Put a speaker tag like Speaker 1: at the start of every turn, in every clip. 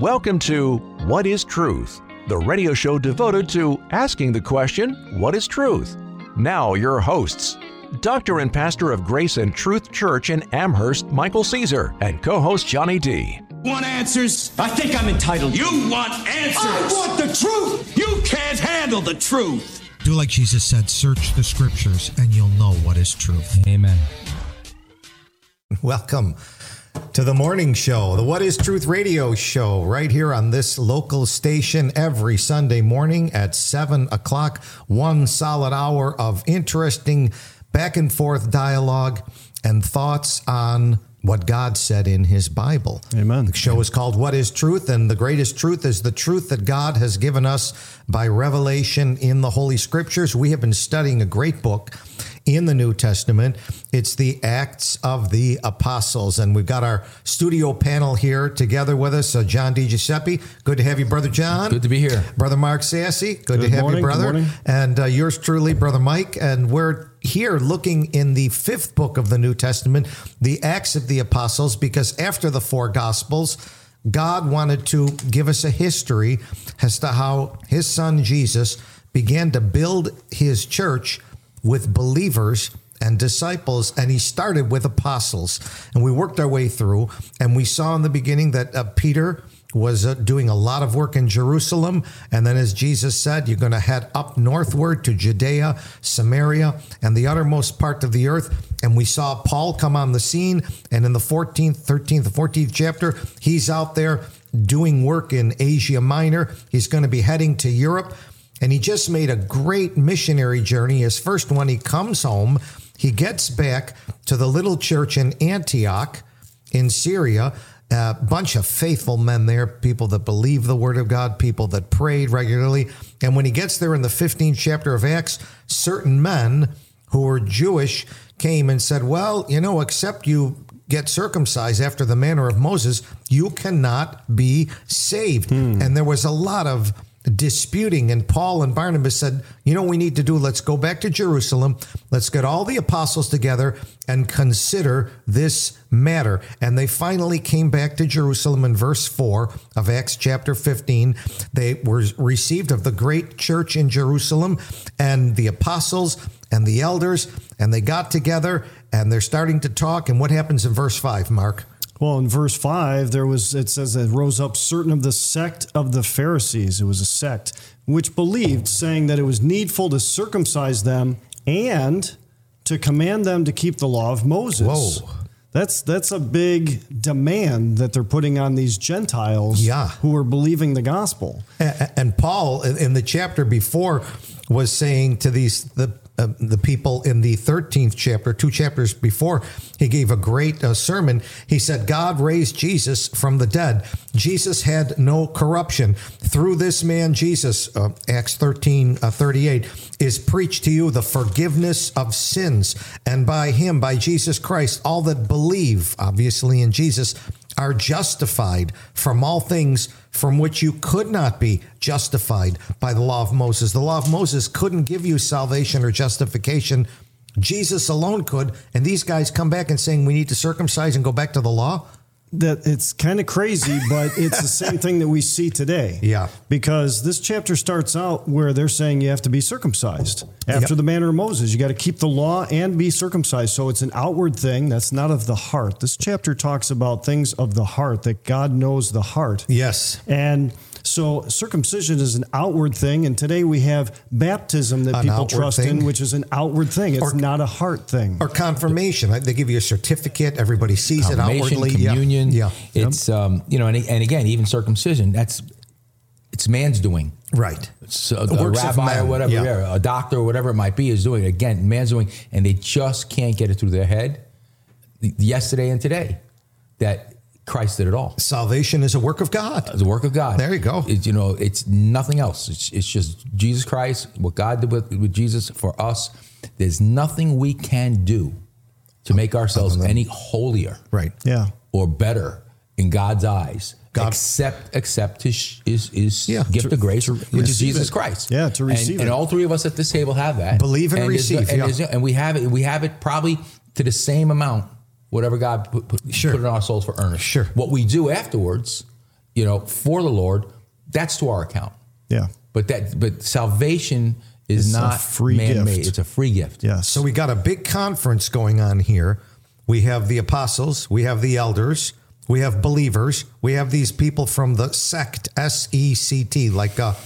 Speaker 1: Welcome to What is Truth, the radio show devoted to asking the question, What is truth? Now, your hosts, Doctor and Pastor of Grace and Truth Church in Amherst, Michael Caesar, and co host Johnny D.
Speaker 2: Want answers? I think I'm entitled. Oh. You want answers? I want the truth. You can't handle the truth.
Speaker 3: Do like Jesus said, search the scriptures and you'll know what is truth.
Speaker 4: Amen.
Speaker 3: Welcome to the morning show, the What is Truth radio show, right here on this local station every Sunday morning at 7 o'clock. One solid hour of interesting back and forth dialogue and thoughts on what God said in his Bible. Amen. The show is called What is Truth? And the greatest truth is the truth that God has given us by revelation in the Holy Scriptures. We have been studying a great book in the New Testament. It's the Acts of the Apostles. And we've got our studio panel here together with us. Uh, John D. Giuseppe, good to have you, Brother John.
Speaker 4: Good to be here.
Speaker 3: Brother Mark Sassy, good, to
Speaker 4: Good
Speaker 3: have you,
Speaker 4: morning, good
Speaker 3: brother.
Speaker 4: morning.
Speaker 3: and uh, yours truly, Brother Mike. And we're here looking in the fifth book of the New Testament, the Acts of the Apostles, because after the four Gospels, God wanted to give us a history as to how his son Jesus began to build his church with believers and disciples and he started with apostles and we worked our way through and we saw in the beginning that uh, peter was uh, doing a lot of work in jerusalem and then as jesus said you're going to head up northward to judea samaria and the uttermost part of the earth and we saw paul come on the scene and in the 14th 13th 14th chapter he's out there doing work in asia minor he's going to be heading to europe and he just made a great missionary journey. His first one, he comes home, he gets back to the little church in Antioch in Syria. A bunch of faithful men there, people that believe the word of God, people that prayed regularly. And when he gets there in the 15th chapter of Acts, certain men who were Jewish came and said, Well, you know, except you get circumcised after the manner of Moses, you cannot be saved. And there was a lot of disputing, and Paul and Barnabas said, You know, what we need to do, let's go back to Jerusalem, let's get all the apostles together and consider this matter. And they finally came back to Jerusalem in verse 4 of Acts chapter 15. They were received of the great church in Jerusalem, and the apostles and the elders, and they got together and they're starting to talk. And what happens in verse five, Mark?
Speaker 5: Well, in verse five, there was it says that rose up certain of the sect of the Pharisees. It was a sect which believed, saying that it was needful to circumcise them and to command them to keep the law of Moses.
Speaker 3: Whoa.
Speaker 5: That's that's a big demand that they're putting on these Gentiles
Speaker 3: Yeah.
Speaker 5: who are believing the gospel.
Speaker 3: A- And Paul, in- in the chapter before, was saying to these the uh, the people in the thirteenth chapter, two chapters before, he gave a great uh, sermon. He said, "God raised Jesus from the dead. Jesus had no corruption. Through this man, Jesus, uh, Acts 13, uh, 38, is preached to you the forgiveness of sins, and by him, by Jesus Christ, all that believe, obviously in Jesus." are justified from all things from which you could not be justified by the law of Moses. The law of Moses couldn't give you salvation or justification. Jesus alone could. And these guys come back and saying we need to circumcise and go back to the law.
Speaker 5: that it's kind of crazy, but it's the same thing that we see today.
Speaker 3: Yeah.
Speaker 5: Because this chapter starts out where they're saying you have to be circumcised after
Speaker 3: Yep.
Speaker 5: the manner of Moses. You got to keep the law and be circumcised. So it's an outward thing that's not of the heart. This chapter talks about things of the heart that God knows the heart.
Speaker 3: Yes.
Speaker 5: And so circumcision is an outward thing. And today we have baptism that
Speaker 3: An
Speaker 5: people
Speaker 3: outward
Speaker 5: trust
Speaker 3: thing.
Speaker 5: in, which is an outward thing. It's
Speaker 3: Or-
Speaker 5: not a heart thing.
Speaker 3: Or confirmation. Right? They give you a certificate. Everybody sees it
Speaker 4: Confirmation,
Speaker 3: outwardly.
Speaker 4: communion.
Speaker 3: Yeah. yeah.
Speaker 4: It's um, you know, and, and again, even circumcision. That's it's man's doing.
Speaker 3: right.
Speaker 4: So a,
Speaker 3: The works of
Speaker 4: rabbi or
Speaker 3: man,
Speaker 4: whatever,
Speaker 3: yeah.
Speaker 4: yeah, a doctor or whatever it might be is doing. it. Again, man's doing, and they just can't get it through their head. Yesterday and today, that Christ did it all.
Speaker 3: Salvation is a work of God.
Speaker 4: the work of God.
Speaker 3: There you go.
Speaker 4: It's, you know, it's nothing else. It's, it's just Jesus Christ, what God did with, with Jesus for us. There's nothing we can do to make ourselves any holier
Speaker 3: Right.
Speaker 5: yeah.
Speaker 4: or better in God's eyes.
Speaker 3: God-
Speaker 4: Accept, accept his, his, his
Speaker 3: Yeah,
Speaker 4: gift
Speaker 3: to-
Speaker 4: of grace, which is
Speaker 5: receive
Speaker 4: Jesus
Speaker 5: it.
Speaker 4: Christ.
Speaker 5: Yeah, to
Speaker 4: And-
Speaker 5: receive
Speaker 4: and,
Speaker 5: it.
Speaker 4: all three of us at this table have that.
Speaker 3: Believe and
Speaker 4: there's
Speaker 3: receive,
Speaker 4: and,
Speaker 3: yeah.
Speaker 4: there's and we have it. We have it probably to the same amount. Whatever God put, put,
Speaker 3: Sure.
Speaker 4: put in our souls for earnest.
Speaker 3: Sure.
Speaker 4: What we do afterwards you know, for the Lord, that's to our account.
Speaker 5: Yeah.
Speaker 4: But that but salvation is
Speaker 5: It's a
Speaker 4: not
Speaker 5: free
Speaker 4: man-made.
Speaker 5: gift.
Speaker 4: It's a free gift.
Speaker 5: Yes.
Speaker 3: So we got a big conference going on here. We have the apostles, we have the elders, we have believers, we have these people from the sect S E C T, like a,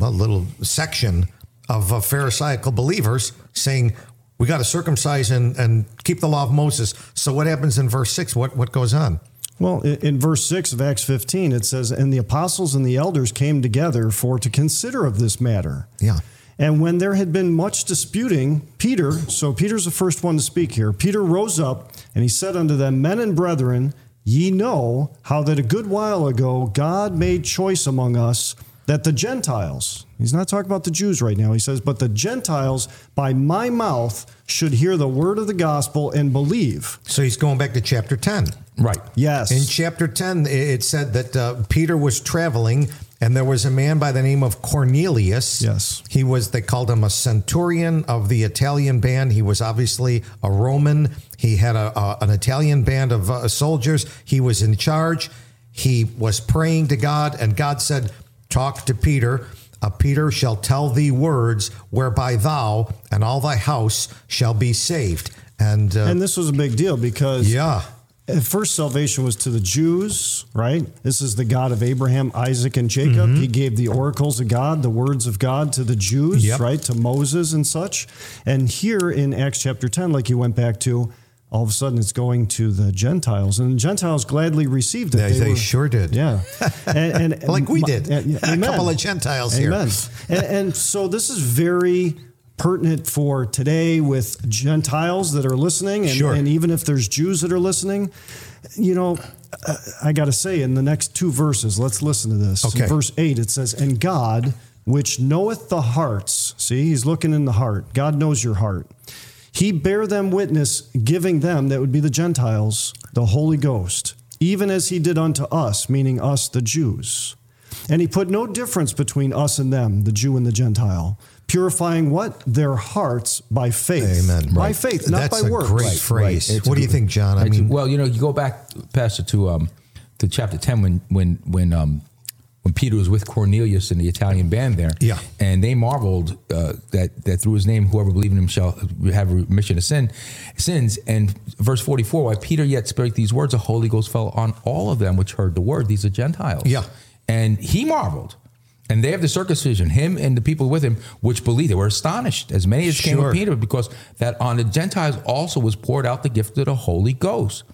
Speaker 3: a little section of uh, Pharisaical believers saying we got to circumcise and, and keep the law of Moses. So what happens in verse six? What what goes on?
Speaker 5: Well, i- in verse 6 of Acts 15, it says, And the apostles and the elders came together for to consider of this matter.
Speaker 3: Yeah.
Speaker 5: And when there had been much disputing, Peter, so Peter's the first one to speak here, Peter rose up and he said unto them, Men and brethren, ye know how that a good while ago God made choice among us that the Gentiles, he's not talking about the Jews right now, he says, but the Gentiles by my mouth should hear the word of the gospel and believe.
Speaker 3: So he's going back to chapter ten.
Speaker 4: Right.
Speaker 5: Yes.
Speaker 3: In chapter 10, i- it said that uh, Peter was traveling and there was a man by the name of Cornelius.
Speaker 5: Yes.
Speaker 3: He was, they called him a centurion of the Italian band. He was obviously a Roman. He had a, a, an Italian band of uh, soldiers. He was in charge. He was praying to God, and God said, Talk to Peter. Uh, Peter shall tell thee words whereby thou and all thy house shall be saved. And, uh,
Speaker 5: and this was a big deal because
Speaker 3: yeah,
Speaker 5: At first, salvation was to the Jews, right? This is the God of Abraham, Isaac, and Jacob.
Speaker 3: Mm-hmm.
Speaker 5: He gave the oracles of God, the words of God to the Jews,
Speaker 3: Yep.
Speaker 5: right? To Moses and such. And here in Acts chapter 10, like you went back to, all of a sudden it's going to the Gentiles. And the Gentiles gladly received it.
Speaker 3: They- they sure did.
Speaker 5: Yeah. And, and
Speaker 3: Like we did.
Speaker 5: and-
Speaker 3: A
Speaker 5: amen.
Speaker 3: couple of Gentiles here.
Speaker 5: amen. and, and so this is very pertinent for today with Gentiles that are listening, and,
Speaker 3: Sure.
Speaker 5: and even if there's Jews that are listening, you know, uh, I got to say, in the next two verses, let's listen to this.
Speaker 3: Okay.
Speaker 5: In verse 8, it says, And God, which knoweth the hearts, see, he's looking in the heart. God knows your heart. He bare them witness, giving them, that would be the Gentiles, the Holy Ghost, even as he did unto us, meaning us, the Jews. And he put no difference between us and them, the Jew and the Gentile, purifying what? Their hearts by faith.
Speaker 3: Amen.
Speaker 5: By
Speaker 3: Right.
Speaker 5: faith, not
Speaker 3: That's
Speaker 5: by
Speaker 3: a
Speaker 5: works.
Speaker 3: great phrase. What do you think, John? I
Speaker 4: It's-
Speaker 3: mean-
Speaker 4: well, you know, you go back, Pastor, to um, to chapter ten when when when um, when Peter was with Cornelius and the Italian band there.
Speaker 3: Yeah.
Speaker 4: and they marveled uh, that that through his name, whoever believed in him shall have remission of sin, sins. And verse forty four, why Peter yet spake these words, the Holy Ghost fell on all of them which heard the word. These are Gentiles.
Speaker 3: Yeah.
Speaker 4: and he marveled. And they have the circumcision, him and the people with him, which believed. They were astonished, as many as came
Speaker 3: Sure.
Speaker 4: with Peter, because that on the Gentiles also was poured out the gift of the Holy Ghost.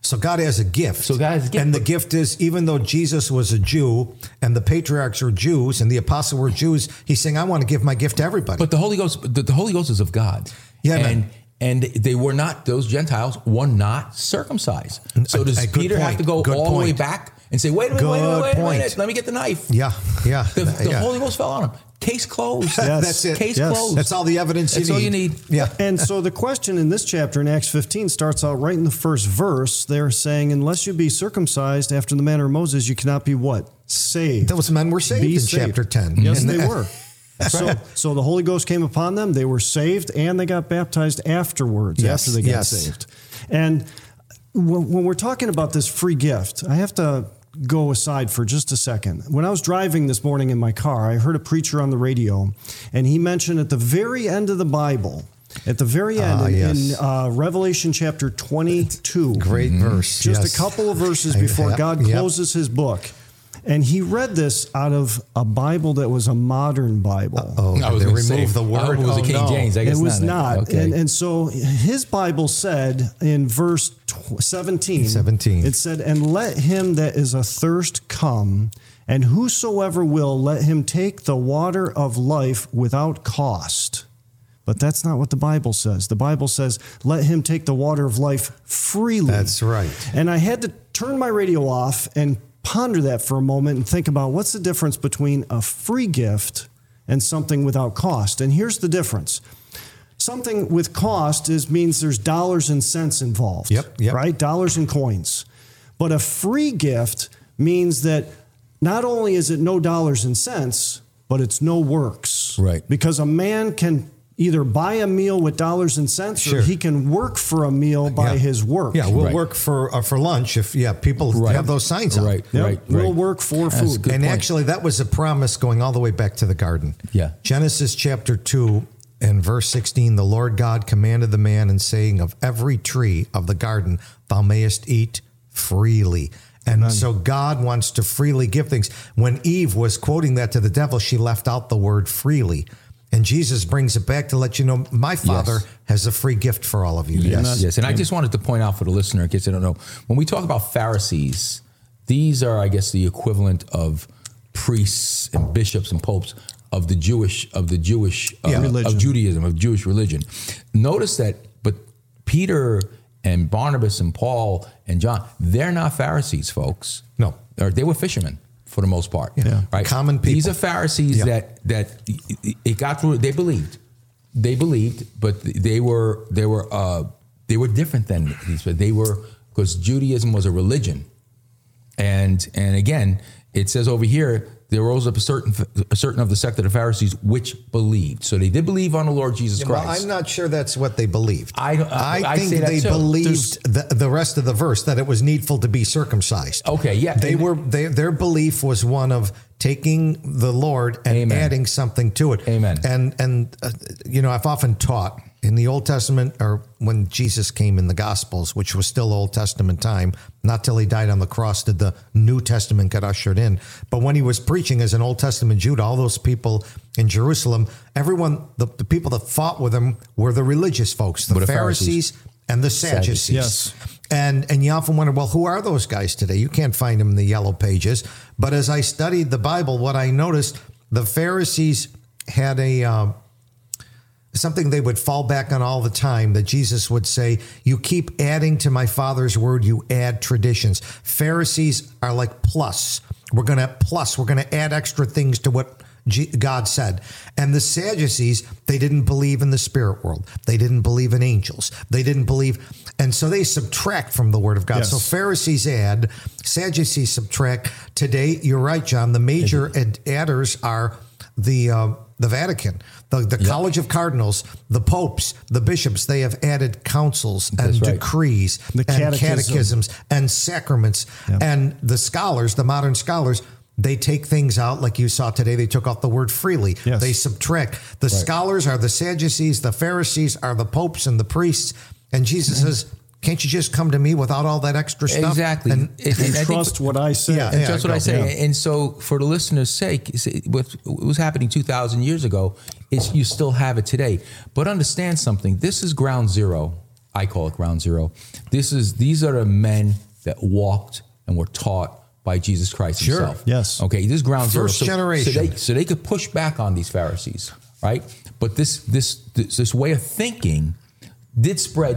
Speaker 3: So God has a gift.
Speaker 4: So God has a gift.
Speaker 3: And the gift is even though Jesus was a Jew and the patriarchs were Jews and the apostles were Jews, he's saying, I want to give my gift to everybody.
Speaker 4: But the Holy Ghost, the, the Holy Ghost is of God.
Speaker 3: Yeah,
Speaker 4: and
Speaker 3: man.
Speaker 4: and they were not those Gentiles were not circumcised. So does
Speaker 3: a good
Speaker 4: Peter have
Speaker 3: point.
Speaker 4: to go
Speaker 3: Good
Speaker 4: all the way
Speaker 3: point.
Speaker 4: back and say, wait a minute, wait a minute,
Speaker 3: Good
Speaker 4: wait a
Speaker 3: point.
Speaker 4: minute, let me get the knife.
Speaker 3: yeah, yeah.
Speaker 4: The, the
Speaker 3: yeah.
Speaker 4: Holy Ghost fell on him. Case closed.
Speaker 5: Yes.
Speaker 3: That's it.
Speaker 4: Case
Speaker 5: Yes.
Speaker 4: closed.
Speaker 3: That's all the evidence you
Speaker 4: That's
Speaker 3: need.
Speaker 4: all you need.
Speaker 3: Yeah.
Speaker 5: and so the question in this chapter in Acts 15 starts out right in the first verse. They're saying, unless you be circumcised after the manner of Moses, you cannot be what? Saved.
Speaker 3: Those men were saved
Speaker 5: Be
Speaker 3: in
Speaker 5: saved.
Speaker 3: chapter 10.
Speaker 5: Yes,
Speaker 3: And
Speaker 5: they
Speaker 3: the-
Speaker 5: were. so, so the Holy Ghost came upon them. They were saved, and they got baptized afterwards.
Speaker 3: Yes,
Speaker 5: after they got
Speaker 3: yes.
Speaker 5: saved, and when, when we're talking about this free gift, I have to go aside for just a second. When I was driving this morning in my car, I heard a preacher on the radio, and he mentioned at the very end of the Bible, at the very end
Speaker 3: Ah,
Speaker 5: in,
Speaker 3: yes.
Speaker 5: in uh, Revelation chapter twenty-two,
Speaker 3: Great
Speaker 4: Mm-hmm.
Speaker 3: verse.
Speaker 5: just
Speaker 3: yes.
Speaker 5: a couple of verses
Speaker 3: I-
Speaker 5: before
Speaker 3: yep,
Speaker 5: God
Speaker 3: yep.
Speaker 5: closes his book. And he read this out of a Bible that was a modern Bible.
Speaker 3: Oh,
Speaker 4: I was
Speaker 3: they
Speaker 4: gonna
Speaker 3: removed
Speaker 4: say,
Speaker 3: the
Speaker 4: I
Speaker 3: word.
Speaker 4: hope it was
Speaker 3: Oh,
Speaker 4: a King
Speaker 3: no.
Speaker 4: James. I guess
Speaker 5: it was
Speaker 4: not.
Speaker 5: not.
Speaker 4: Okay.
Speaker 5: And, and so his Bible said in verse tw- 17,
Speaker 3: 17.
Speaker 5: it said, And let him that is athirst come, and whosoever will, let him take the water of life without cost. But that's not what the Bible says. The Bible says, let him take the water of life freely.
Speaker 3: That's right.
Speaker 5: And I had to turn my radio off and ponder that for a moment and think about what's the difference between a free gift and something without cost. And here's the difference. Something with cost is means there's dollars and cents involved.
Speaker 3: Yep, yep.
Speaker 5: Right? Dollars and coins. But a free gift means that not only is it no dollars and cents, but it's no works.
Speaker 4: Right.
Speaker 5: Because a man can either buy a meal with dollars and cents
Speaker 3: Sure.
Speaker 5: or he can work for a meal by
Speaker 3: Yeah.
Speaker 5: his work.
Speaker 3: Yeah, we'll
Speaker 4: Right.
Speaker 3: work for uh, for lunch if yeah people
Speaker 4: Right.
Speaker 3: have those signs up.
Speaker 4: Right,
Speaker 5: Yep.
Speaker 4: right, right.
Speaker 5: We'll work for
Speaker 4: That's
Speaker 5: food.
Speaker 4: good
Speaker 3: and
Speaker 4: point.
Speaker 3: actually, that was a promise going all the way back to the garden.
Speaker 4: Yeah.
Speaker 3: Genesis chapter 2 and verse 16 The Lord God commanded the man and saying, Of every tree of the garden thou mayest eat freely. And so God wants to freely give things. When Eve was quoting that to the devil, she left out the word freely. And Jesus brings it back to let you know, my Father
Speaker 4: Yes.
Speaker 3: has a free gift for all of you.
Speaker 4: Yes, yes. And I just wanted to point out for the listener, in case they don't know, when we talk about Pharisees, these are, I guess, the equivalent of priests and bishops and popes of the Jewish of the Jewish uh,
Speaker 3: Yeah.
Speaker 4: of
Speaker 5: Religion.
Speaker 4: Judaism of Jewish religion. Notice that, but Peter and Barnabas and Paul and John, they're not Pharisees, folks.
Speaker 3: No.
Speaker 4: or they were fishermen. For the most part,
Speaker 3: Yeah.
Speaker 4: right?
Speaker 3: Common
Speaker 4: These
Speaker 3: people.
Speaker 4: are Pharisees
Speaker 3: Yeah.
Speaker 4: that that it got through. They believed, they believed, but they were they were uh, they were different than these. But they were because Judaism was a religion, and and again, it says over here there rose up a certain a certain of the sect of the Pharisees which believed. So they did believe on the Lord Jesus
Speaker 3: Well,
Speaker 4: Christ.
Speaker 3: I'm not sure that's what they believed.
Speaker 4: I don't- I- I
Speaker 3: think
Speaker 4: say that
Speaker 3: they
Speaker 4: too.
Speaker 3: believed the, the rest of the verse that it was needful to be circumcised.
Speaker 4: Okay, yeah,
Speaker 3: They
Speaker 4: and-
Speaker 3: were they, their belief was one of taking the Lord and
Speaker 4: Amen.
Speaker 3: adding something to it.
Speaker 4: Amen.
Speaker 3: And and uh, you know I've often taught in the Old Testament or when Jesus came in the Gospels, which was still Old Testament time, not till he died on the cross did the New Testament get ushered in. But when he was preaching as an Old Testament Jew to all those people in Jerusalem, everyone the, the people that fought with him were the religious folks, the
Speaker 4: Were the
Speaker 3: Pharisees,
Speaker 4: Pharisees.
Speaker 3: and the Sadducees.
Speaker 5: Yes.
Speaker 3: And and you often wonder, well, who are those guys today? You can't find them in the yellow pages. But as I studied the Bible, what I noticed the Pharisees had a um, something they would fall back on all the time that Jesus would say, "You keep adding to my Father's word. You add traditions." Pharisees are like plus. We're gonna plus. We're gonna add extra things to what. G- God said. And the Sadducees, they didn't believe in the spirit world. They didn't believe in angels. They didn't believe. And so they subtract from the word of God.
Speaker 5: Yes.
Speaker 3: So Pharisees add, Sadducees subtract. Today, you're right, John. The major ad- adders are the uh, the Vatican, the, the College of Cardinals, the popes, the bishops. They have added councils and
Speaker 4: right.
Speaker 3: decrees
Speaker 5: The
Speaker 3: and
Speaker 5: catechism.
Speaker 3: catechisms and sacraments and the scholars, the modern scholars. They take things out like you saw today. They took out the word freely.
Speaker 5: Yes.
Speaker 3: They subtract. The scholars are the Sadducees, the Pharisees are the popes and the priests. And Jesus says, Can't you just come to me without all that extra stuff?
Speaker 4: Exactly.
Speaker 3: And
Speaker 4: It- it- I think-
Speaker 5: Trust what I say.
Speaker 3: Yeah,
Speaker 4: And that's what
Speaker 3: go-
Speaker 4: I say.
Speaker 3: yeah.
Speaker 4: And so, for the listener's sake, is it- what what was happening 2,000 years ago is you still have it today. But understand something. This is ground zero. I call it ground zero. This is these are the men that walked and were taught by Jesus Christ Himself.
Speaker 5: Yes.
Speaker 4: Okay. This is ground zero.
Speaker 3: First generation.
Speaker 4: So they, so they could push back on these Pharisees, right? But this this this, this way of thinking did spread.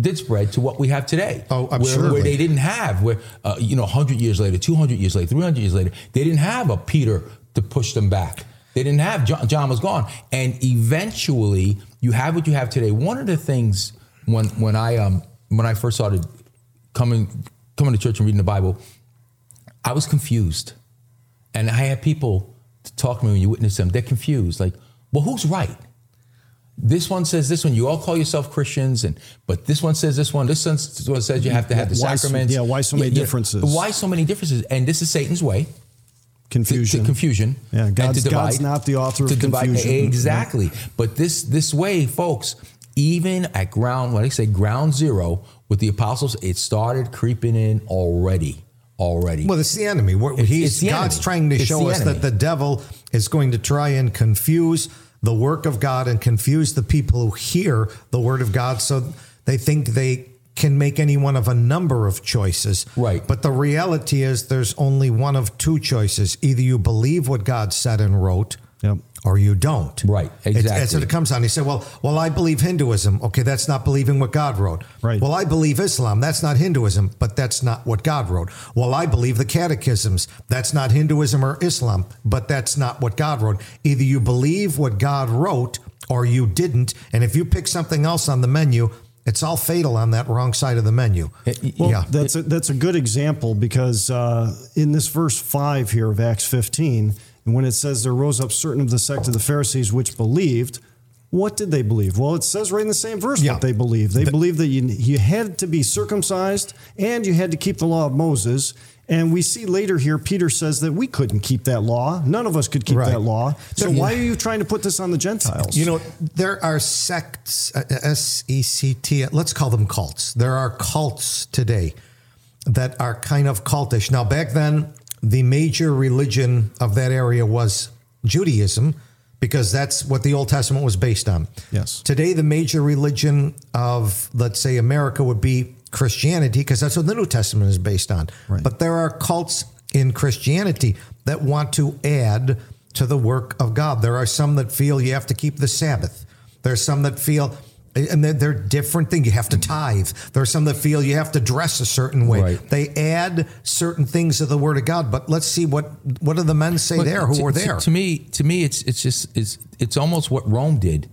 Speaker 4: Did spread to what we have today.
Speaker 3: Oh,
Speaker 4: where- Where
Speaker 3: absolutely.
Speaker 4: they didn't have where uh, you know 100 years later 200 years later 300 years later they didn't have a peter to push them back they didn't have john, john was gone and eventually you have what you have today one of the things when when i um when i first started coming coming to church and reading the bible i was confused and i had people talk to me when you witness them they're confused like well who's right this one says this one. You all call yourself Christians, and but this one says this one. This one s- one says you have to have the
Speaker 5: Why so-
Speaker 4: sacraments.
Speaker 5: yeah, why so many differences?
Speaker 4: Why so many differences? And this is Satan's way to-
Speaker 5: Confusion.
Speaker 4: to confusion.
Speaker 5: Yeah,
Speaker 4: and
Speaker 5: God's-
Speaker 4: to divide,
Speaker 5: God's not the author of
Speaker 4: to divide-
Speaker 5: confusion.
Speaker 4: Exactly. But this this way, folks, even at ground when I say ground zero with the apostles, it started creeping in already. Already.
Speaker 3: Well, it's the enemy. We're, he's,
Speaker 4: it's the
Speaker 3: God's
Speaker 4: enemy.
Speaker 3: trying to
Speaker 4: It's
Speaker 3: show
Speaker 4: the
Speaker 3: us
Speaker 4: enemy.
Speaker 3: that the devil is going to try and confuse the work of God and confuse the people who hear the word of God so they think they can make any one of a number of choices.
Speaker 4: Right.
Speaker 3: But the reality is there's only one of two choices. Either you believe what God said and wrote.
Speaker 5: Yep.
Speaker 3: Or you don't.
Speaker 4: Right,
Speaker 3: It's- That's
Speaker 4: exactly.
Speaker 3: what it comes on. He said, "Well, well, I believe Hinduism. Okay, that's not believing what God wrote.
Speaker 5: Right.
Speaker 3: Well, I believe Islam. That's not Hinduism, but that's not what God wrote. Well, I believe the catechisms. That's not Hinduism or Islam, but that's not what God wrote. Either you believe what God wrote or you didn't. And if you pick something else on the menu, it's all fatal on that wrong side of the menu.
Speaker 5: Well,
Speaker 3: yeah.
Speaker 5: that's a, that's a good example because uh, in this verse five here of Acts 15, and when it says there rose up certain of the sect of the Pharisees which believed, What did they believe? Well, it says right in the same verse
Speaker 3: Yeah.
Speaker 5: what they believed. They believed that you, you had to be circumcised and you had to keep the law of Moses. And we see later here, Peter says that we couldn't keep that law. None of us could keep
Speaker 3: Right.
Speaker 5: that law. So why are you trying to put this on the Gentiles?
Speaker 3: You know, there are sects, S E C T, let's call them cults. There are cults today that are kind of cultish. Now, back then, the major religion of that area was Judaism because that's what the Old Testament was based on.
Speaker 5: Yes.
Speaker 3: Today, the major religion of, let's say, America would be Christianity because that's what the New Testament is based on.
Speaker 5: Right.
Speaker 3: But there are cults in Christianity that want to add to the work of God. There are some that feel you have to keep the Sabbath. There's some that feel, and they're, they're different things. You have to tithe. There are some that feel you have to dress a certain way.
Speaker 4: Right.
Speaker 3: They add certain things to the Word of God. But let's see what what do the men say there who
Speaker 4: to,
Speaker 3: were
Speaker 4: to-
Speaker 3: there.
Speaker 4: To, me, to me, it's it's just it's it's almost what Rome did,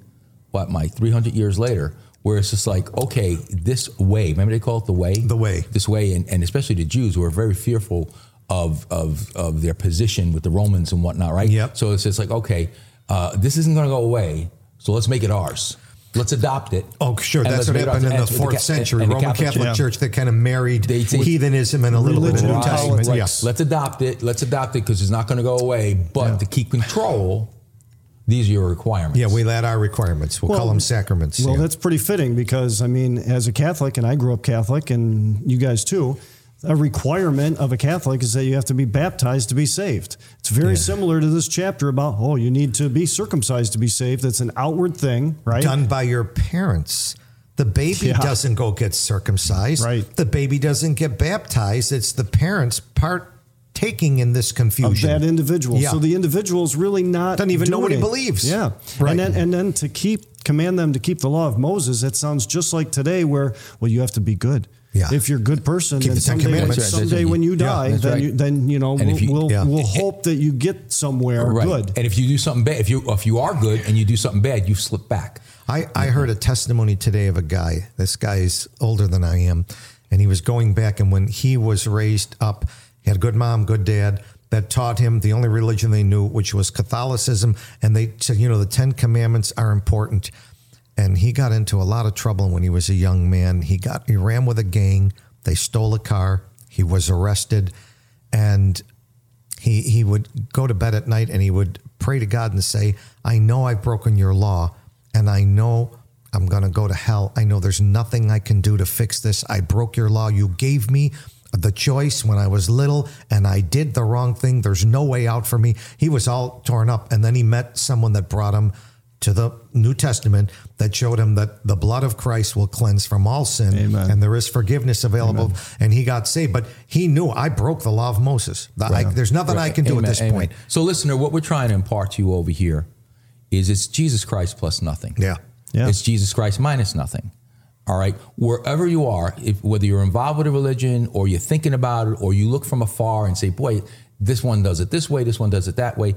Speaker 4: what Mike, three hundred years later, where it's just like, okay, this way. Remember they call it the way, the
Speaker 3: way.
Speaker 4: this way, and, and especially the Jews who are very fearful of of of their position with the Romans and whatnot, right?
Speaker 3: Yep.
Speaker 4: So it's just like, okay, uh, this isn't going to go away, so let's make it ours. Let's adopt it.
Speaker 3: Oh, sure.
Speaker 4: and
Speaker 3: That's
Speaker 4: let's
Speaker 3: what
Speaker 4: make it ours.
Speaker 3: happened in
Speaker 4: And
Speaker 3: the
Speaker 4: that's what
Speaker 3: fourth
Speaker 4: Ca-
Speaker 3: century.
Speaker 4: and the
Speaker 3: Roman Catholic,
Speaker 5: Yeah.
Speaker 3: Church that kind of married
Speaker 4: They think-
Speaker 3: heathenism and a little bit of
Speaker 5: Religion
Speaker 3: New
Speaker 5: and
Speaker 3: Testament.
Speaker 5: politics.
Speaker 3: Yeah.
Speaker 4: Let's adopt it. Let's adopt it because it's not going to go away. But to keep control, these are your requirements.
Speaker 3: Yeah, we let our requirements. We'll, call
Speaker 5: Well-
Speaker 3: them sacraments.
Speaker 5: Well,
Speaker 3: yeah.
Speaker 5: that's pretty fitting because I mean, as a Catholic, and I grew up Catholic, and you guys too. A requirement of a Catholic is that you have to be baptized to be saved. It's very similar to this chapter about oh, you need to be circumcised to be saved. That's an outward thing, right?
Speaker 3: done by your parents. The baby
Speaker 5: Yeah.
Speaker 3: doesn't go get circumcised.
Speaker 5: Right.
Speaker 3: The baby doesn't get baptized. It's the parents partaking in this
Speaker 5: of
Speaker 3: confusion.
Speaker 5: that individual.
Speaker 3: Yeah.
Speaker 5: So the individual is really not
Speaker 3: Doesn't even know
Speaker 5: doing
Speaker 3: what he
Speaker 5: it.
Speaker 3: believes.
Speaker 5: Yeah,
Speaker 3: Right.
Speaker 5: And then and then to keep command them to keep the law of Moses. That sounds just like today, where well, you have someday when- someday when you good.
Speaker 3: Yeah.
Speaker 5: If you're a good person,
Speaker 3: Keep
Speaker 5: then
Speaker 3: the Ten
Speaker 5: someday,
Speaker 3: Commandments.
Speaker 4: That's right, that's
Speaker 5: someday
Speaker 4: right.
Speaker 5: when you
Speaker 4: Yeah,
Speaker 5: die,
Speaker 4: that's
Speaker 5: then
Speaker 4: right.
Speaker 5: you, then you know
Speaker 4: And if
Speaker 5: we'll
Speaker 4: you-
Speaker 5: we'll,
Speaker 3: yeah.
Speaker 5: we'll hope that you get somewhere
Speaker 4: Right.
Speaker 5: good.
Speaker 4: And if you do something bad, if you if you are good and you do something bad, you slip back.
Speaker 3: I, I heard a testimony today of a guy. This guy is older than I am. And he was going back, and when he was raised up, he had a good mom, good dad that taught him the only religion they knew, which was Catholicism. And they said, you know, the Ten Commandments are important. And he got into a lot of trouble when he was a young man. He got he ran with a gang. They stole a car. He was arrested, and he he would go to bed at night and he would pray to God and say, "I know I've broken your law, and I know I'm going to go to hell. I know there's nothing I can do to fix this. I broke your law. You gave me the choice when I was little, and I did the wrong thing. There's no way out for me." He was all torn up, and then he met someone that brought him to the New Testament that showed him that the blood of Christ will cleanse from all sin and there is forgiveness available. And he got saved, but he knew I broke the law of Moses. The- I- there's nothing I can do
Speaker 4: Amen,
Speaker 3: at this
Speaker 4: amen.
Speaker 3: point.
Speaker 4: So, listener, what we're trying to impart to you over here is it's Jesus Christ plus nothing.
Speaker 3: Yeah.
Speaker 5: Yeah.
Speaker 4: It's Jesus Christ minus nothing. All right. Wherever you are, if, whether you're involved with a religion or you're thinking about it or you look from afar and say, boy, this one does it this way, this one does it that way,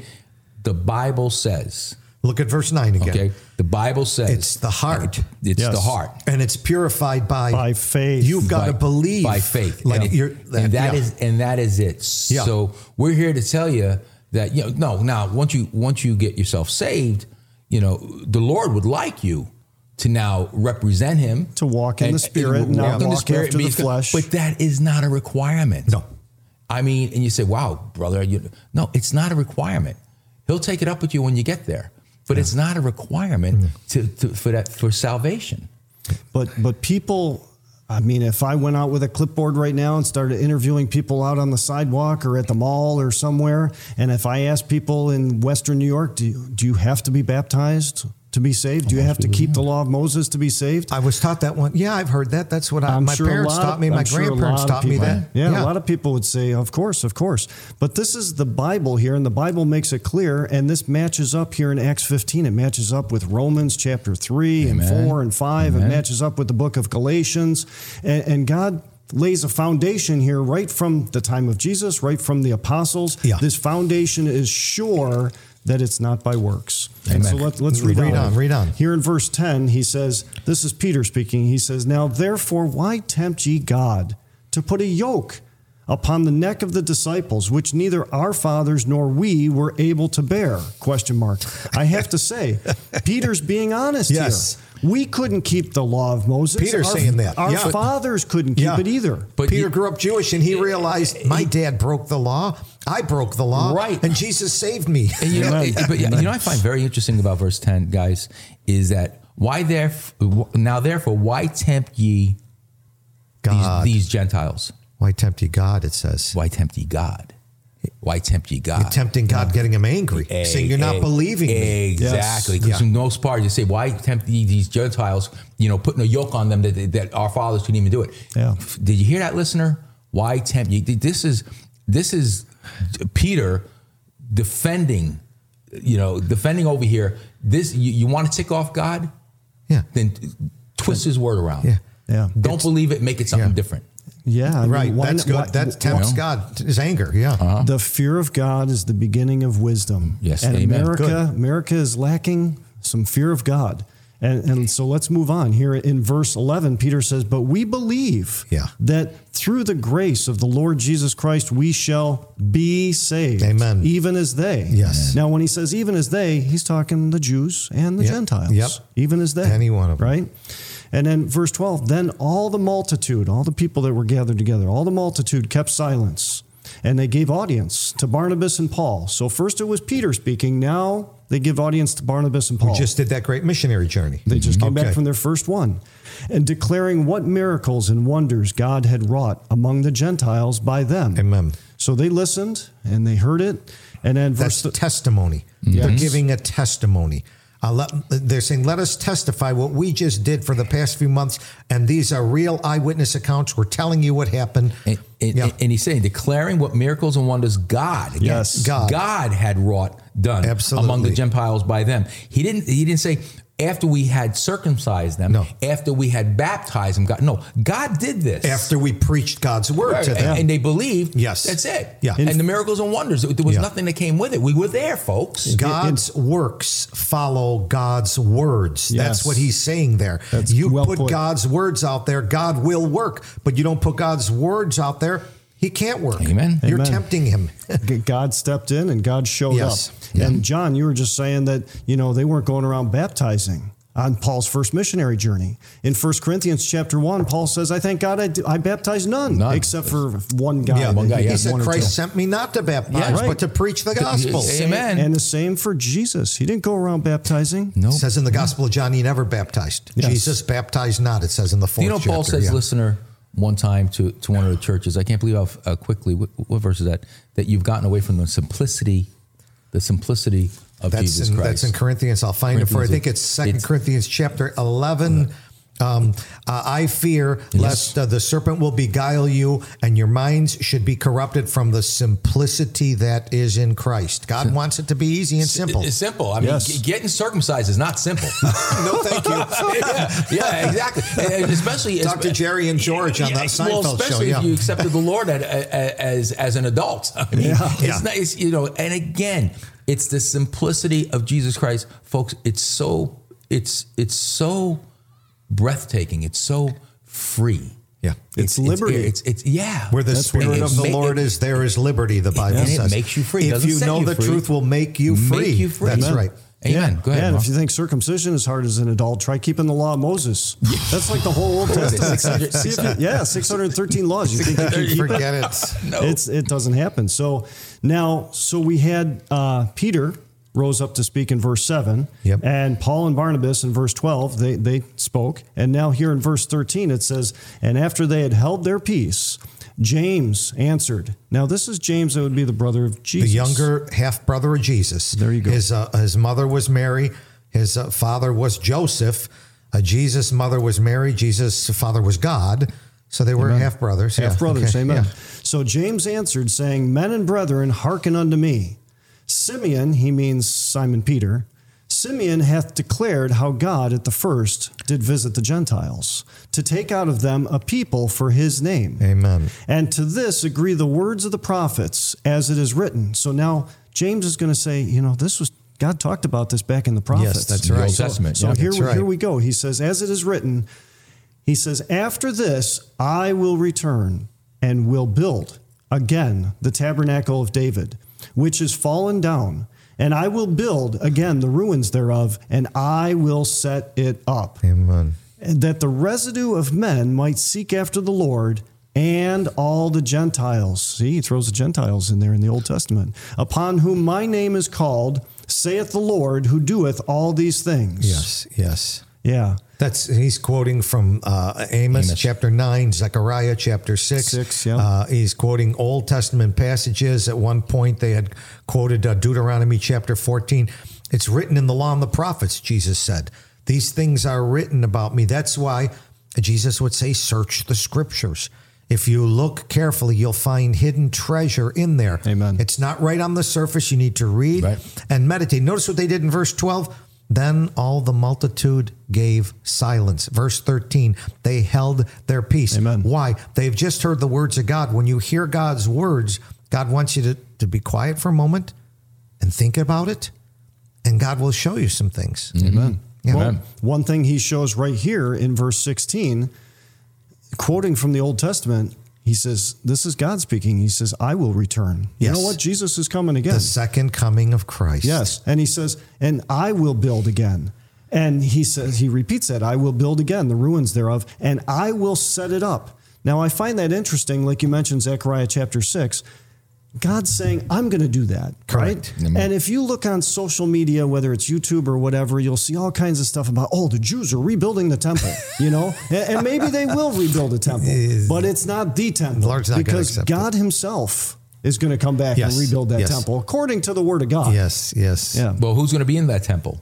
Speaker 4: the Bible says,
Speaker 3: Look at verse 9 again.
Speaker 4: okay, the Bible says
Speaker 3: It's the heart.
Speaker 4: It's
Speaker 5: Yes.
Speaker 4: the heart.
Speaker 3: And it's purified by,
Speaker 5: By faith.
Speaker 3: You've got to
Speaker 4: by-
Speaker 3: believe
Speaker 4: by faith.
Speaker 3: Like
Speaker 4: and,
Speaker 3: you're,
Speaker 4: and that
Speaker 3: yeah.
Speaker 4: is and that is it.
Speaker 3: Yeah.
Speaker 4: So we're here to tell you that you know no now once you once you get yourself saved, you know the Lord would like you to now represent Him
Speaker 5: To walk in the Spirit,
Speaker 4: w-
Speaker 5: not walk after the flesh.
Speaker 4: But that is not a requirement.
Speaker 3: No.
Speaker 4: I mean, and you say, "Wow, brother," you, no, it's not a requirement. He'll take it up with you when you get there, but it's not a requirement to, to for that for salvation.
Speaker 5: But but people, I mean, if I went out with a clipboard right now and started interviewing people out on the sidewalk or at the mall or somewhere, and if I asked people in Western New York, do you, do you have to be baptized to be saved? Do you have to keep the law of Moses to be saved?
Speaker 3: I was taught that one. Yeah, I've heard that. That's what I, my
Speaker 5: a
Speaker 3: parents
Speaker 5: lot
Speaker 3: taught
Speaker 5: of-
Speaker 3: me. My
Speaker 5: I'm sure a lot
Speaker 3: grandparents
Speaker 5: of
Speaker 3: taught me
Speaker 5: people-
Speaker 3: that.
Speaker 5: Yeah, a lot of people would say, of course, of course. But this is the Bible here, and the Bible makes it clear, and this matches up here in Acts 15. It matches up with Romans chapter 3 and 4 and 5. It matches up with the book of Galatians. And, and God lays a foundation here right from the time of Jesus, right from the apostles.
Speaker 3: Yeah.
Speaker 5: This foundation is sure that it's not by works. And so
Speaker 4: Amen.
Speaker 5: let, let's read,
Speaker 3: Read on, read on.
Speaker 5: Here in verse 10, he says, This is Peter speaking. He says, Now therefore, why tempt ye God to put a yoke upon the neck of the disciples, which neither our fathers nor we were able to bear? Question mark. I have to say, Peter's being honest
Speaker 3: Yes.
Speaker 5: here. We couldn't keep the law of Moses.
Speaker 3: Peter's
Speaker 5: our,
Speaker 3: saying that.
Speaker 5: Our
Speaker 3: Yeah.
Speaker 5: fathers couldn't keep
Speaker 3: Yeah.
Speaker 5: it either.
Speaker 4: But
Speaker 3: Peter
Speaker 4: you-
Speaker 3: grew up Jewish and he realized my dad broke the law. I broke the law.
Speaker 4: Right.
Speaker 3: And Jesus saved me.
Speaker 4: And you, know,
Speaker 5: Amen.
Speaker 4: it- but, yeah, you know, I find very interesting about verse ten, guys, is that why there now therefore why tempt ye these,
Speaker 3: God.
Speaker 4: these Gentiles?
Speaker 3: Why tempt ye God, it says.
Speaker 4: Why tempt ye God? Why tempt ye God?
Speaker 3: Tempting God, getting him angry, saying you're not
Speaker 4: Ex-
Speaker 3: believing me.
Speaker 4: Exactly. Because
Speaker 3: Yes. Yeah.
Speaker 4: in most part, you say, why tempt ye these Gentiles, you know, putting a yoke on them that, that our fathers couldn't even do it.
Speaker 5: Yeah.
Speaker 4: Did you hear that, listener? Why tempt ye? This is, this is Peter defending, you know, defending over here. This, you, you want to tick off God?
Speaker 3: Yeah.
Speaker 4: Then twist his word around.
Speaker 3: Yeah.
Speaker 5: Yeah.
Speaker 4: Don't believe it, make it something
Speaker 3: Yeah.
Speaker 4: different.
Speaker 5: Yeah, I mean,
Speaker 3: Right.
Speaker 5: why
Speaker 3: That's
Speaker 5: not-
Speaker 3: good.
Speaker 5: why-
Speaker 3: That tempts
Speaker 4: know?
Speaker 3: God, his anger. Yeah.
Speaker 5: The fear of God is the beginning of wisdom.
Speaker 4: Yes,
Speaker 5: and
Speaker 4: amen.
Speaker 5: America, America is lacking some fear of God. And, and so let's move on here in verse 11 Peter says but we believe
Speaker 3: Yeah.
Speaker 5: that through the grace of the Lord Jesus Christ we shall be saved
Speaker 3: Amen.
Speaker 5: even as they
Speaker 3: Yes.
Speaker 5: now when he says even as they he's talking the Jews and the
Speaker 3: Yep.
Speaker 5: Gentiles
Speaker 3: Yep.
Speaker 5: even as they
Speaker 3: Any one of 'em.
Speaker 5: right right? And then verse 12, then all the multitude, all the people that were gathered together, all the multitude kept silence and they gave audience to Barnabas and Paul. So first it was Peter speaking, now they give audience to Barnabas and Paul.
Speaker 3: Just did that great missionary journey.
Speaker 5: They just came
Speaker 3: Okay.
Speaker 5: back from their first one and declaring what miracles and wonders God had wrought among the Gentiles by them.
Speaker 3: Amen.
Speaker 5: So they listened and they heard it. And then
Speaker 3: That's
Speaker 5: verse th-
Speaker 3: testimony. They're
Speaker 5: Yes.
Speaker 3: giving a testimony. I let, they're saying, let us testify what we just did for the past few months. And these are real eyewitness accounts. We're telling you what happened.
Speaker 5: Eh.
Speaker 4: And, and,
Speaker 3: Yeah.
Speaker 4: and he's saying, declaring what miracles and wonders God, again,
Speaker 5: Yes.
Speaker 3: God.
Speaker 4: had wrought done
Speaker 3: Absolutely.
Speaker 4: among the Gentiles by them. He didn't. He didn't say after we had circumcised them,
Speaker 3: No.
Speaker 4: after we had baptized them. God, no, God did this
Speaker 3: After we preached God's word
Speaker 4: Right,
Speaker 3: to
Speaker 4: and,
Speaker 3: them.
Speaker 4: and they believed.
Speaker 3: Yes.
Speaker 4: that's it.
Speaker 3: Yeah.
Speaker 4: and the miracles and wonders. There was
Speaker 3: Yeah.
Speaker 4: nothing that came with it. We were there, folks.
Speaker 3: God's works follow God's words. That's
Speaker 5: Yes.
Speaker 3: what he's saying there.
Speaker 5: That's
Speaker 3: you
Speaker 5: well
Speaker 3: put
Speaker 5: put.
Speaker 3: God's words out there, God will work. But you don't put God's words out there, he can't work.
Speaker 4: Amen.
Speaker 3: You're
Speaker 5: Amen.
Speaker 3: tempting him.
Speaker 5: G- God stepped in and God showed
Speaker 3: Yes.
Speaker 5: up. And John, you were just saying that, you know, they weren't going around baptizing on Paul's first missionary journey. In 1 Corinthians chapter 1, Paul says, I thank God I, d- I baptized none,
Speaker 4: None.
Speaker 5: except for Ah, one guy.
Speaker 3: yeah,
Speaker 4: one guy,
Speaker 3: he
Speaker 4: yeah.
Speaker 3: said
Speaker 5: One or
Speaker 3: Christ
Speaker 5: two.
Speaker 3: sent me not to baptize,
Speaker 4: Yeah,
Speaker 5: right.
Speaker 3: but to preach the gospel.
Speaker 4: Amen.
Speaker 5: And the same for Jesus. He didn't go around baptizing.
Speaker 4: no.
Speaker 3: It says in the Gospel of John, he never baptized.
Speaker 5: Yes.
Speaker 3: Jesus baptized not, it says in the fourth
Speaker 4: you know, Paul
Speaker 3: chapter,
Speaker 4: says,
Speaker 3: yeah.
Speaker 4: listener, one time to, to one of the churches, I can't believe how uh, quickly, what, what verse is that? That you've gotten away from the simplicity, the simplicity of
Speaker 3: that's
Speaker 4: Jesus
Speaker 3: in,
Speaker 4: Christ.
Speaker 3: that's in Corinthians. I'll find it for. I
Speaker 4: Corinthians,
Speaker 3: think it's Second
Speaker 4: it's-
Speaker 3: Corinthians chapter eleven. Um, uh, I fear lest uh, the serpent will beguile you, and your minds should be corrupted from the simplicity that is in Christ. God wants it to be easy and simple.
Speaker 4: It's simple. I mean,
Speaker 5: Yes.
Speaker 4: g- getting circumcised is not simple.
Speaker 3: no, thank you,
Speaker 4: yeah, yeah, exactly. And- and especially
Speaker 3: Dr. Jerry and George on that Seinfeld
Speaker 4: well,
Speaker 3: show.
Speaker 4: especially
Speaker 3: Yeah,
Speaker 4: if you accepted the Lord at, a- as as an adult. I mean,
Speaker 5: Yeah.
Speaker 4: it's
Speaker 3: Yeah.
Speaker 4: not- it's, you know. And again, it's the simplicity of Jesus Christ, folks. It's so it's it's so breathtaking. It's so free.
Speaker 3: yeah.
Speaker 5: It's liberty.
Speaker 4: It's it's, yeah.
Speaker 3: Where the
Speaker 5: That's where
Speaker 3: spirit
Speaker 5: it
Speaker 3: of the
Speaker 4: ma-
Speaker 3: Lord is, there is liberty. The Bible
Speaker 4: and it
Speaker 3: says
Speaker 4: makes you free. It
Speaker 3: If
Speaker 4: doesn't
Speaker 3: you
Speaker 4: set
Speaker 3: know
Speaker 4: you
Speaker 3: the
Speaker 4: free.
Speaker 3: truth, will make you
Speaker 4: Make
Speaker 3: free.
Speaker 4: you free.
Speaker 3: That's
Speaker 4: Amen.
Speaker 3: right.
Speaker 4: Amen. Go ahead.
Speaker 5: Yeah, and if
Speaker 4: Ron.
Speaker 5: you think circumcision is hard as an adult, try keeping the law of Moses. That's like the whole Old
Speaker 4: What is it,
Speaker 5: Testament.
Speaker 4: 600
Speaker 5: See if you- yeah, 613 laws. You think you can keep it?
Speaker 3: Forget it.
Speaker 5: It's it doesn't happen. So now, so we had uh, Peter rose up to speak in verse seven,
Speaker 3: Yep.
Speaker 5: and Paul and Barnabas in verse twelve they they spoke, and now here in verse thirteen it says, and after they had held their peace, James answered. Now this is James that would be the brother of Jesus,
Speaker 3: the younger half brother of Jesus. There
Speaker 5: you go.
Speaker 3: His uh, his mother was Mary. His uh, father was Joseph. Uh, Jesus' mother was Mary. Jesus' father was God. So they were half brothers.
Speaker 5: half brothers. Amen. So James answered, saying, Men and brethren, hearken unto me. Simeon, he means Simon Peter, Simeon hath declared how God at the first did visit the Gentiles, to take out of them a people for his name.
Speaker 3: Amen.
Speaker 5: And to this agree the words of the prophets as it is written. So now James is going to say, you know, this was God talked about this back in the prophets.
Speaker 3: that's The right. Old
Speaker 5: So-
Speaker 4: Testament,
Speaker 5: So,
Speaker 4: yeah.
Speaker 5: here,
Speaker 3: That's
Speaker 5: we,
Speaker 3: right.
Speaker 5: here we go. He says, as it is written, he says, after this, I will return and will build again the tabernacle of David, which is fallen down. And I will build again the ruins thereof, and I will set it up.
Speaker 3: Amen.
Speaker 5: And that the residue of men might seek after the Lord and all the Gentiles. See, he throws the Gentiles in there in the Old Testament. Upon whom my name is called, saith the Lord, who doeth all these things.
Speaker 3: Yes, yes.
Speaker 5: Yeah.
Speaker 3: That's he's quoting from uh, Amos, chapter nine, Zechariah chapter six.
Speaker 5: Six, yeah.
Speaker 3: Uh, he's quoting Old Testament passages. At one point, they had quoted uh, Deuteronomy chapter fourteen. It's written in the law and the prophets. Jesus said, "These things are written about me." That's why Jesus would say, "Search the scriptures." If you look carefully, you'll find hidden treasure in there.
Speaker 5: Amen.
Speaker 3: It's not right on the surface. You need to read
Speaker 4: Right.
Speaker 3: and meditate. Notice what they did in verse 12. Then all the multitude gave silence. Verse 13, they held their peace.
Speaker 5: Amen.
Speaker 3: Why? They've just heard the words of God. When you hear God's words, God wants you to, to be quiet for a moment and think about it, and God will show you some things. Amen. Yeah.
Speaker 5: Well, one thing he shows right here in verse 16, quoting from the Old Testament, he says, This is God speaking. He says, I will return. You
Speaker 3: Yes.
Speaker 5: know what? Jesus is coming again.
Speaker 3: the second coming of Christ.
Speaker 5: Yes. And he says, and I will build again. And he says, he repeats that, I will build again the ruins thereof, and I will set it up. Now, I find that interesting, like you mentioned, Zechariah chapter 6. God's saying, I'm going to do that,
Speaker 3: Correct.
Speaker 5: right? And if you look on social media, whether it's YouTube or whatever, you'll see all kinds of stuff about, oh, the Jews are rebuilding the temple, you know? and, and maybe they will rebuild a temple, but it's not the temple.
Speaker 3: Lord's not gonna
Speaker 5: because
Speaker 3: accept it.
Speaker 5: God Himself is going to come back
Speaker 3: Yes.
Speaker 5: and rebuild that
Speaker 3: Yes.
Speaker 5: temple according to the Word of God.
Speaker 3: Yes, yes.
Speaker 5: Yeah.
Speaker 4: Well, who's going to be in that temple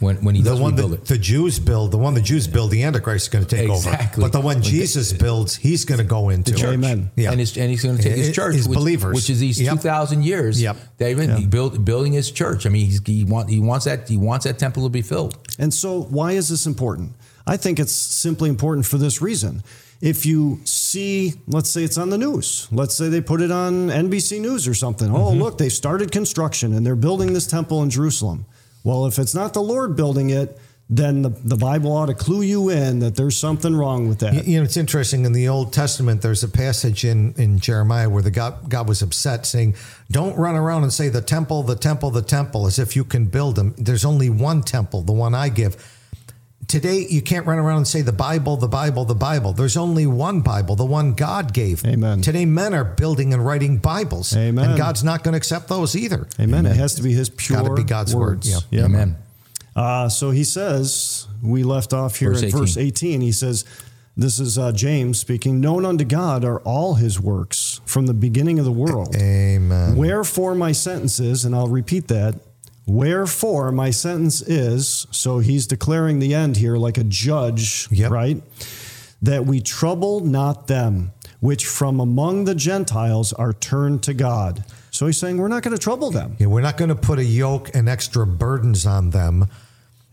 Speaker 4: when when he
Speaker 3: The
Speaker 4: does
Speaker 3: one
Speaker 4: rebuild
Speaker 3: that the Jews build, the one the Jews build, the Antichrist is going to take
Speaker 4: Exactly.
Speaker 3: over. But the one Jesus builds, he's going to go into.
Speaker 4: it? Church.
Speaker 5: Amen.
Speaker 3: Yeah.
Speaker 4: And, his, and he's going to take his
Speaker 3: It-
Speaker 4: church,
Speaker 3: his
Speaker 4: which,
Speaker 3: believers.
Speaker 4: which is these
Speaker 3: Yep.
Speaker 4: two thousand years.
Speaker 3: Yep.
Speaker 4: They've been build, building his church. I mean, he's, he want, he wants that he wants that temple to be filled.
Speaker 5: And so, why is this important? I think it's simply important for this reason. If you see, let's say it's on the news, let's say they put it on NBC News or something. Oh, look, they started construction and they're building this temple in Jerusalem. Well, if it's not the Lord building it, then the, the Bible ought to clue you in that there's something wrong with that.
Speaker 3: You know, it's interesting. In the Old Testament, there's a passage in, in Jeremiah where the God, God was upset, saying, "Don't run around and say the temple, the temple, the temple, as if you can build them. There's only one temple, the one I give." Today, you can't run around and say the Bible, the Bible, the Bible. There's only one Bible, the one God gave.
Speaker 5: Amen.
Speaker 3: Today, men are building and writing Bibles,
Speaker 5: Amen.
Speaker 3: and God's not going to accept those either.
Speaker 5: Amen. It has to be His pure
Speaker 3: Gotta be God's word.
Speaker 5: words.
Speaker 3: Yeah.
Speaker 5: Yeah.
Speaker 4: Amen.
Speaker 5: Uh, so he says, we left off here
Speaker 4: Verse
Speaker 5: in
Speaker 4: 18.
Speaker 5: verse 18. He says, This is uh, James speaking, known unto God are all his works from the beginning of the world.
Speaker 3: Amen.
Speaker 5: Wherefore my sentence is, and I'll repeat that, wherefore my sentence is, so he's declaring the end here like a judge,
Speaker 3: Yep.
Speaker 5: right? That we trouble not them, which from among the Gentiles are turned to God. So he's saying, We're not going to trouble them.
Speaker 3: Yeah, we're not going to put a yoke and extra burdens on them.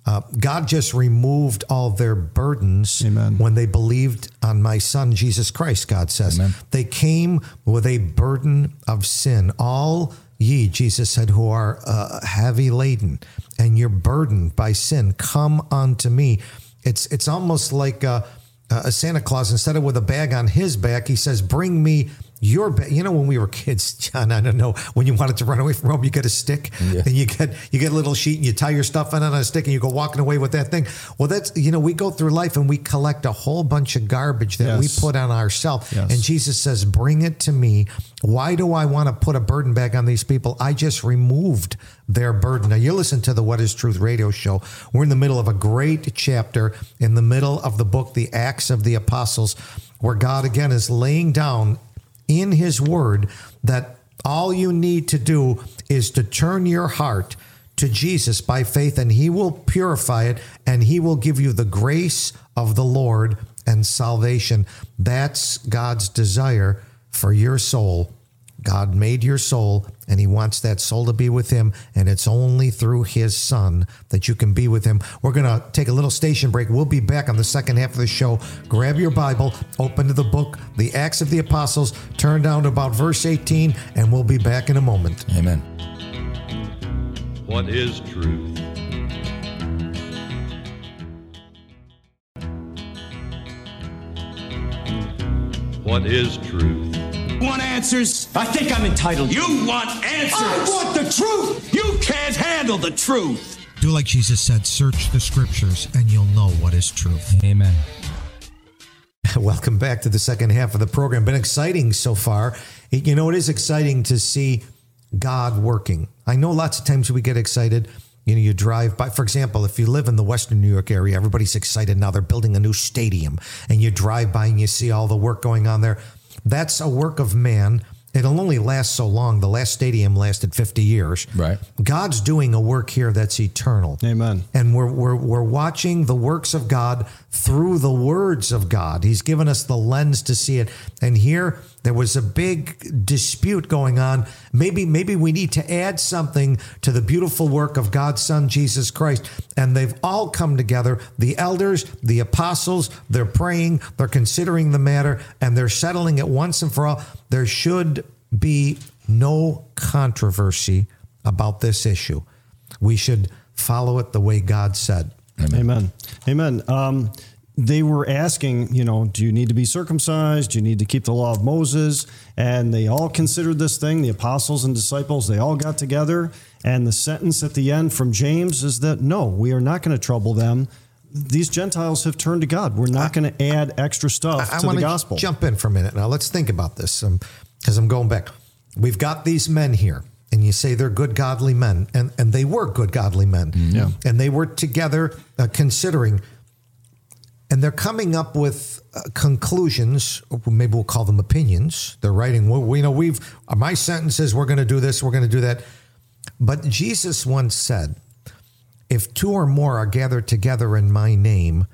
Speaker 3: Uh, God just removed all their burdens when they believed on my son Jesus Christ, God says. They came with a burden of sin. All ye, Jesus said, who are uh, heavy laden and you're burdened by sin, come unto me. It's, it's almost like uh, uh, Santa Claus, instead of with a bag on his back, he says, Bring me your bag. You know, when we were kids, John, I don't know, when you wanted to run away from home, you get a stick and you get you get a little sheet and you tie your stuff in on a stick and you go walking away with that thing. Well, that's, you know, we go through life and we collect a whole bunch of garbage that
Speaker 5: Yes.
Speaker 3: we put on ourselves.
Speaker 5: Yes.
Speaker 3: And Jesus says, Bring it to me. Why do I want to put a burden back on these people? I just removed their burden. Now, you listen to the What is Truth radio show. We're in the middle of a great chapter in the middle of the book, The Acts of the Apostles, where God again is laying down in his word that all you need to do is to turn your heart to Jesus by faith, and he will purify it and he will give you the grace of the Lord and salvation. That's God's desire for your soul. God made your soul and he wants that soul to be with him. And it's only through his son that you can be with him. We're going to take a little station break. We'll be back on the second half of the show. Grab your Bible, open to the book, The Acts of the Apostles, turn down to about verse 18, and we'll be back in a moment.
Speaker 4: Amen.
Speaker 6: What is truth? What is truth?
Speaker 2: want answers? I think I'm entitled. Oh, You want answers? I want the truth. You can't handle the truth.
Speaker 7: Do like Jesus said, search the scriptures and you'll know what is truth.
Speaker 4: Amen.
Speaker 3: Welcome back to the second half of the program. Been exciting so far. It- You know, it is exciting to see God working. I know lots of times we get excited. You know, you drive by, for example, if you live in the Western New York area, everybody's excited now. They're building a new stadium, and you drive by and you see all the work going on there. That's a work of man. It'll only last so long. The last stadium lasted 50 years.
Speaker 4: Right.
Speaker 3: God's doing a work here that's eternal.
Speaker 5: Amen.
Speaker 3: And we're, we're, we're watching the works of God through the words of God. He's given us the lens to see it. And here there was a big dispute going on. Maybe, maybe we need to add something to the beautiful work of God's Son, Jesus Christ. And they've all come together the elders, the apostles, they're praying, they're considering the matter, and they're settling it once and for all. There should be no controversy about this issue. We should follow it the way God said.
Speaker 5: Amen. Amen. Um, they were asking, you know, do you need to be circumcised? Do you need to keep the law of Moses? And they all considered this thing, the apostles and disciples, they all got together. And the sentence at the end from James is that no, we are not going to trouble them. These Gentiles have turned to God. We're not going to add extra stuff
Speaker 3: I,
Speaker 5: to
Speaker 3: want
Speaker 5: the
Speaker 3: to
Speaker 5: gospel.
Speaker 3: jump in for a minute. Now, let's think about this because I'm going back. We've got these men here, and you say they're good, godly men, and, and they were good, godly men. Yeah. And they were together uh, considering, and they're coming up with uh, conclusions. or Maybe we'll call them opinions. They're writing, well, we- you know, we've, uh, my sentence is we're going to do this, we're going to do that. But Jesus once said, if two or more are gathered together in my name,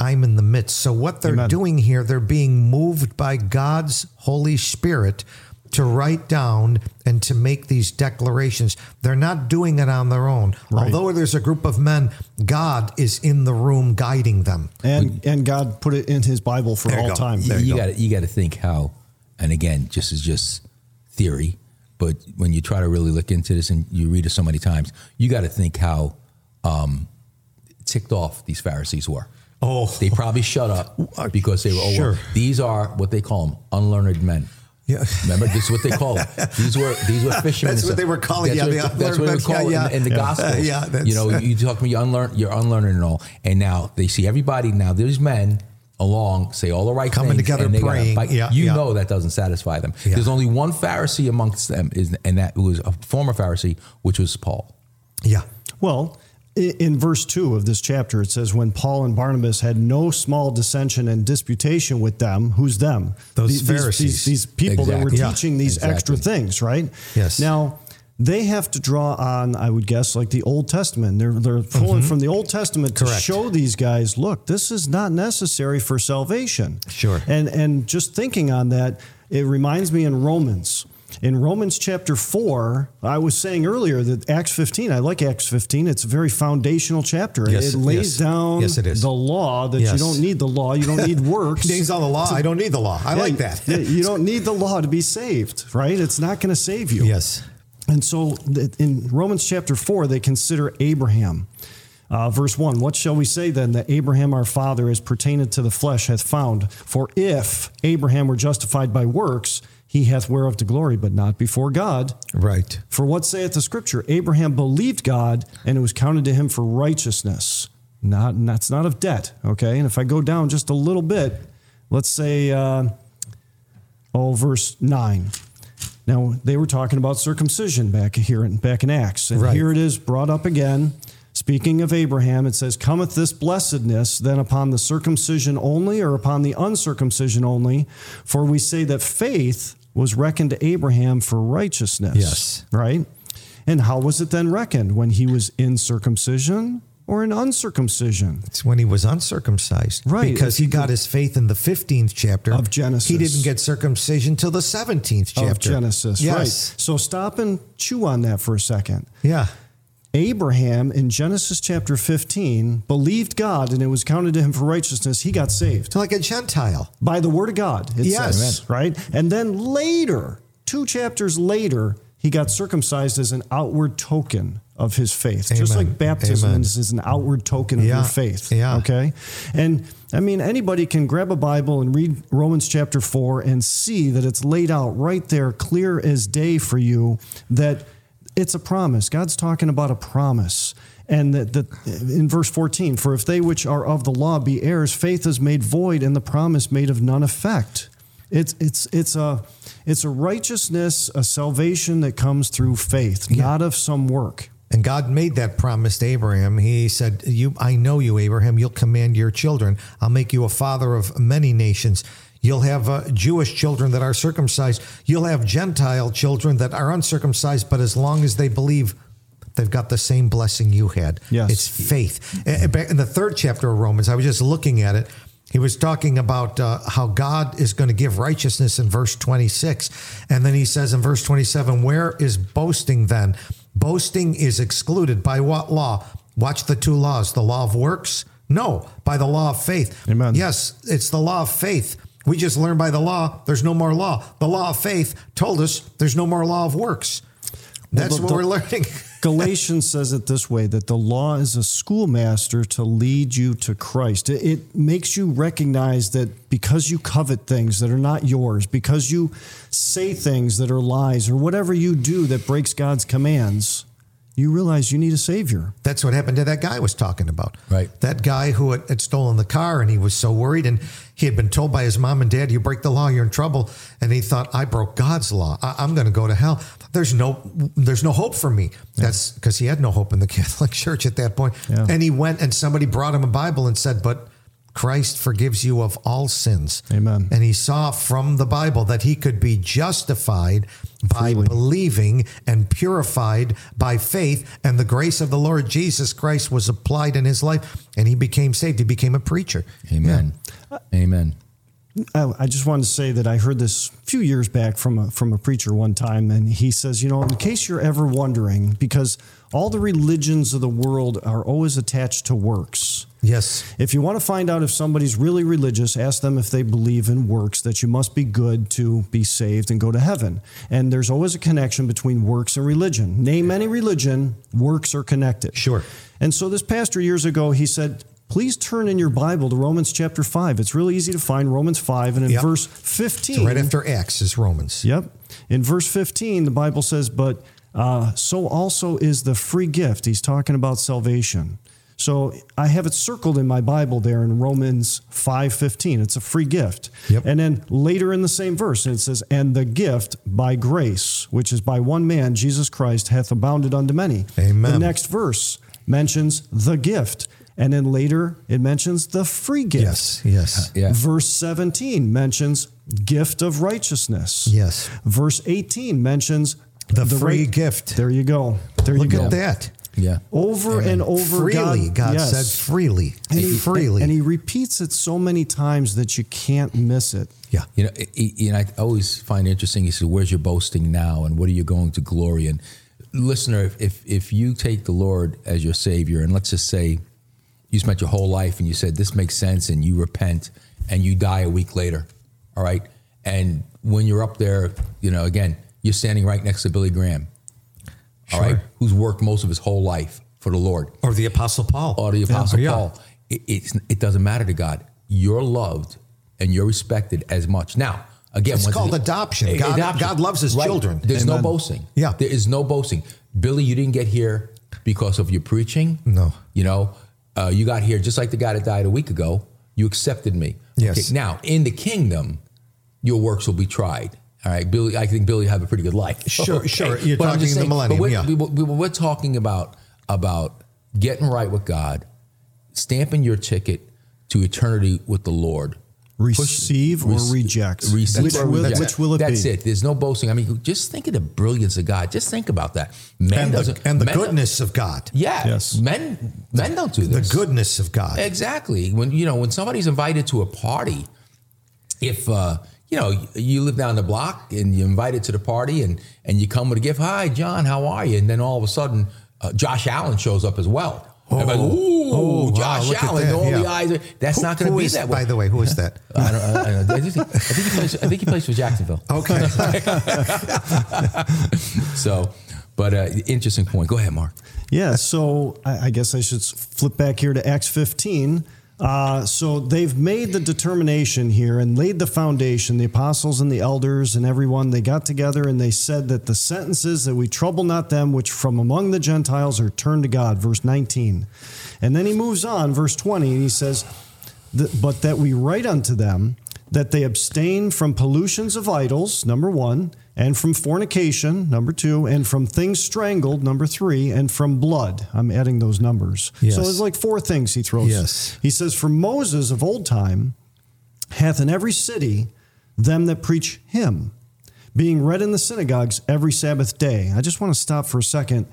Speaker 3: I'm in the midst. So, what they're doing here, they're being moved by God's Holy Spirit to write down and to make these declarations. They're not doing it on their own. Although there's a group of men, God is in the room guiding them.
Speaker 5: And, and God put it in his Bible for
Speaker 3: There you
Speaker 5: all
Speaker 3: go.
Speaker 5: time.
Speaker 3: There
Speaker 4: you got you got to think how, and again, just is just theory, but when you try to really look into this and you read it so many times, you got to think how um, ticked off these Pharisees were.
Speaker 3: Oh. Uh,
Speaker 4: they probably shut up because they were. Oh,
Speaker 3: Sure.
Speaker 4: well, these are what they call them, unlearned men.
Speaker 3: Yeah.
Speaker 4: Remember, this is what they call them. These were these were fishermen.
Speaker 3: That's
Speaker 4: and
Speaker 3: what
Speaker 4: stuff.
Speaker 3: they were calling-
Speaker 4: That's
Speaker 3: yeah,
Speaker 4: what,
Speaker 3: the
Speaker 4: that's what
Speaker 3: unlearned
Speaker 4: they were
Speaker 3: men. Yeah,
Speaker 4: calling
Speaker 3: yeah.
Speaker 4: in, in the
Speaker 3: Yeah.
Speaker 4: Gospels.
Speaker 3: Yeah, that's-
Speaker 4: you know, you talk to me, you unlearn, you're unlearning and all. And now they see everybody. Now these men along say all the right
Speaker 3: Coming
Speaker 4: things,
Speaker 3: together,
Speaker 4: and they gotta
Speaker 3: praying.
Speaker 4: fight.
Speaker 3: Yeah,
Speaker 4: you
Speaker 3: yeah.
Speaker 4: know that doesn't satisfy them.
Speaker 3: Yeah.
Speaker 4: There's only one Pharisee amongst them, is and that was a former Pharisee, which was Paul.
Speaker 3: Yeah.
Speaker 5: Well, i- in verse 2 of this chapter, it says, When Paul and Barnabas had no small dissension and disputation with them, who's them?
Speaker 3: Those
Speaker 5: These- these-
Speaker 3: Pharisees.
Speaker 5: These, these people that were
Speaker 4: Exactly. Yeah.
Speaker 5: teaching these extra
Speaker 4: Exactly.
Speaker 5: things, right?
Speaker 3: Yes.
Speaker 5: Now, they have to draw on, I would guess, like the Old Testament. They're, they're pulling from the Old Testament to
Speaker 3: Mm-hmm. Correct.
Speaker 5: show these guys, look, this is not necessary for salvation.
Speaker 3: Sure.
Speaker 5: And and just thinking on that, it reminds me in Romans. In Romans chapter 4, I was saying earlier that Acts 15, I like Acts 15. It's a very foundational chapter.
Speaker 3: Yes,
Speaker 5: it lays
Speaker 3: yes.
Speaker 5: down
Speaker 3: Yes, it is.
Speaker 5: the law that you
Speaker 3: Yes.
Speaker 5: don't need the law, you don't need works.
Speaker 3: Names on the law. I don't need the law. I like that.
Speaker 5: Yeah, you don't need the law to be saved, right? It's not going to save you.
Speaker 3: Yes.
Speaker 5: And so th- in Romans chapter 4, they consider Abraham. Uh, verse 1 What shall we say then that Abraham our father, as pertaineth to the flesh, hath found? For if Abraham were justified by works, he hath whereof to glory, but not before God.
Speaker 3: Right.
Speaker 5: For what saith the scripture? Abraham believed God, and it was counted to him for righteousness. Not and that's not of debt. Okay, and if I go down just a little bit, let's say, uh, oh, verse nine. Now they were talking about circumcision back here in back in Acts, and
Speaker 3: Right.
Speaker 5: here it is brought up again. Speaking of Abraham, it says, "Cometh this blessedness then upon the circumcision only, or upon the uncircumcision only? For we say that faith was reckoned to Abraham for righteousness."
Speaker 3: Yes.
Speaker 5: right? And how was it then reckoned? When he was in circumcision or in uncircumcision?
Speaker 3: It's when he was uncircumcised.
Speaker 5: Right.
Speaker 3: Because he got his faith in the 15th chapter
Speaker 5: Of Genesis.
Speaker 3: He didn't get circumcision till the 17th chapter.
Speaker 5: Of Genesis,
Speaker 3: Yes.
Speaker 5: right? So stop and chew on that for a second.
Speaker 3: Yeah.
Speaker 5: Abraham in Genesis chapter 15 believed God and it was counted to him for righteousness. He got saved
Speaker 3: To like a Gentile.
Speaker 5: by the word of God. It
Speaker 3: Yes.
Speaker 5: says, right? And then later, two chapters later, he got circumcised as an outward token of his faith. Just
Speaker 3: Amen.
Speaker 5: like baptism
Speaker 3: Amen.
Speaker 5: is, is an outward token of
Speaker 3: Yeah.
Speaker 5: your faith.
Speaker 3: Yeah.
Speaker 5: Okay. And I mean, anybody can grab a Bible and read Romans chapter four and see that it's laid out right there, clear as day for you that it's a promise. God's talking about a promise. And that, that in verse 14, for if they which are of the law be heirs, faith is made void and the promise made of none effect. It's it's it's a it's a righteousness, a salvation that comes through faith, not of some work.
Speaker 3: And God made that promise to Abraham. He said, "You, I know you, Abraham. You'll command your children. I'll make you a father of many nations. You'll have uh, Jewish children that are circumcised. You'll have Gentile children that are uncircumcised. But as long as they believe, they've got the same blessing you had.
Speaker 5: Yes.
Speaker 3: It's faith. And- and back In the third chapter of Romans, I was just looking at it. He was talking about uh, how God is going to give righteousness in verse 26. And then he says in verse 27, Where is boasting then? Boasting is excluded by what law? Watch the two laws the law of works? No, by the law of faith.
Speaker 5: Amen.
Speaker 3: Yes, it's the law of faith. We just learned by the law, there's no more law. The law of faith told us there's no more law of works. That's
Speaker 5: the-
Speaker 3: what
Speaker 5: the-
Speaker 3: we're learning.
Speaker 5: Galatians says it this way that the law is a schoolmaster to lead you to Christ. It, it makes you recognize that because you covet things that are not yours, because you say things that are lies, or whatever you do that breaks God's commands, you realize you need a Savior.
Speaker 3: That's what happened to that guy I was talking about.
Speaker 4: Right.
Speaker 3: That guy who had, had stolen the car and he was so worried and he had been told by his mom and dad, you break the law, you're in trouble. And he thought, I broke God's law. I, I'm going to go to hell. There's no, there's no hope for me. That's because he had no hope in the Catholic church at that point.
Speaker 5: Yeah.
Speaker 3: And he went and somebody brought him a Bible and said, but Christ forgives you of all sins.
Speaker 5: Amen.
Speaker 3: And he saw from the Bible that he could be justified by believing and purified by faith. And the grace of the Lord Jesus Christ was applied in his life, and he became saved. He became a preacher.
Speaker 4: Amen. Amen.
Speaker 5: I, I just wanted to say that I heard this a few years back from a, from a preacher one time, and he says, you know, in case you're ever wondering, because all the religions of the world are always attached to works.
Speaker 3: Yes.
Speaker 5: If you want to find out if somebody's really religious, ask them if they believe in works, that you must be good to be saved and go to heaven. And there's always a connection between works and religion. Name any religion, works are connected.
Speaker 3: Sure.
Speaker 5: And so this pastor years ago, he said, Please turn in your Bible to Romans chapter 5. It's really easy to find Romans 5 and in
Speaker 3: Yep.
Speaker 5: verse 15.
Speaker 3: Right after Acts is Romans.
Speaker 5: Yep. In verse 15, the Bible says, But uh, so also is the free gift. He's talking about salvation. So I have it circled in my Bible there in Romans 5:15. It's a free gift.
Speaker 3: Yep.
Speaker 5: And then later in the same verse it says and the gift by grace which is by one man Jesus Christ hath abounded unto many.
Speaker 3: Amen.
Speaker 5: The next verse mentions the gift and then later it mentions the free gift.
Speaker 3: Yes.
Speaker 5: Uh,
Speaker 3: Yes.
Speaker 4: Yeah.
Speaker 5: Verse 17 mentions gift of righteousness.
Speaker 3: Yes.
Speaker 5: Verse 18 mentions
Speaker 3: The free
Speaker 5: right-
Speaker 3: gift.
Speaker 5: There you go. There
Speaker 3: Look
Speaker 5: you go.
Speaker 3: at that.
Speaker 4: Yeah.
Speaker 5: Over and over
Speaker 3: freely, God,
Speaker 5: yes.
Speaker 3: said freely.
Speaker 5: And he,
Speaker 3: freely.
Speaker 5: And he repeats it so many times that you can't miss it.
Speaker 3: yeah.
Speaker 4: You know, i- i- you know, I always find it interesting. He says, "Where's your boasting now, and what are you going to glory in?" Listener, if if, if you take the Lord as your Savior, and let's just say you spent your whole life and you said this makes sense, and you repent, and you die a week later, all right, and when you're up there, you know, again, you're standing right next to Billy Graham, all right, who's worked most of his whole life for the Lord
Speaker 3: Or the Apostle Paul.
Speaker 4: or the Apostle
Speaker 3: Yeah.
Speaker 4: Paul. It, it's, it doesn't matter to God. You're loved and you're respected as much. Now, again,
Speaker 3: It's
Speaker 4: once
Speaker 3: called
Speaker 4: again-
Speaker 3: adoption.
Speaker 4: A-
Speaker 3: God- God loves his children.
Speaker 4: There's no
Speaker 3: Amen.
Speaker 4: boasting.
Speaker 3: Yeah.
Speaker 4: There is no boasting. Billy, you didn't get here because of your preaching.
Speaker 3: No.
Speaker 4: You know, uh, you got here just like the guy that died a week ago. You accepted me.
Speaker 3: Yes.
Speaker 4: Now, in the kingdom, your works will be tried. All right, Billy. I think Billy had a pretty good life.
Speaker 3: Sure, sure. You're
Speaker 4: But I'm
Speaker 3: talking
Speaker 4: just
Speaker 3: the
Speaker 4: saying- but
Speaker 3: millennium,
Speaker 4: we're-
Speaker 3: yeah.
Speaker 4: we- we- we're talking about about getting right with God, stamping your ticket to eternity with the Lord.
Speaker 5: Receive or reject.
Speaker 4: Receive
Speaker 5: which,
Speaker 4: or
Speaker 5: will,
Speaker 4: reject.
Speaker 5: which will it
Speaker 4: That's
Speaker 5: be?
Speaker 4: it. There's no boasting. I mean, just think of the brilliance of God. Just think about that. Man
Speaker 3: And the,
Speaker 4: doesn't.
Speaker 3: and the
Speaker 4: men-
Speaker 3: goodness of God.
Speaker 4: Yeah.
Speaker 5: Yes.
Speaker 4: Men. Men don't do
Speaker 3: The
Speaker 4: this.
Speaker 3: goodness of God.
Speaker 4: Exactly. When you know when somebody's invited to a party, if uh, you know you live down the block and you're invited to the party and and you come with a gift, hi John, how are you? And then all of a sudden, uh, Josh Allen shows up as well. Everybody go, ooh,
Speaker 3: Oh, wow,
Speaker 4: Josh
Speaker 3: look at
Speaker 4: Allen,
Speaker 3: that,
Speaker 4: all the
Speaker 3: yeah.
Speaker 4: eyes. are-" That's not going to
Speaker 3: Who
Speaker 4: be
Speaker 3: is-
Speaker 4: that
Speaker 3: By
Speaker 4: way.
Speaker 3: the way, who is that?
Speaker 4: I, don't, I, don't- I, just think, I think he plays. I think he plays for Jacksonville.
Speaker 3: Okay.
Speaker 4: So, but uh, interesting point. Go ahead, Mark.
Speaker 5: Yeah, so I, I guess I should s- flip back here to Acts 15. Uh, so they've made the determination here and laid the foundation. The apostles and the elders and everyone, they got together and they said that the sentences that we trouble not them which from among the Gentiles are turned to God, verse 19. And then he moves on, verse 20, and he says, th- but that we write unto them that they abstain from pollutions of idols, number one, and from fornication, number two, and from things strangled, number three, and from blood. I'm adding those numbers.
Speaker 8: Yes.
Speaker 5: So it's like four things he throws.
Speaker 8: Yes.
Speaker 5: He says, For Moses of old time hath in every city them that preach him, being read in the synagogues every Sabbath day. I just want to stop for a second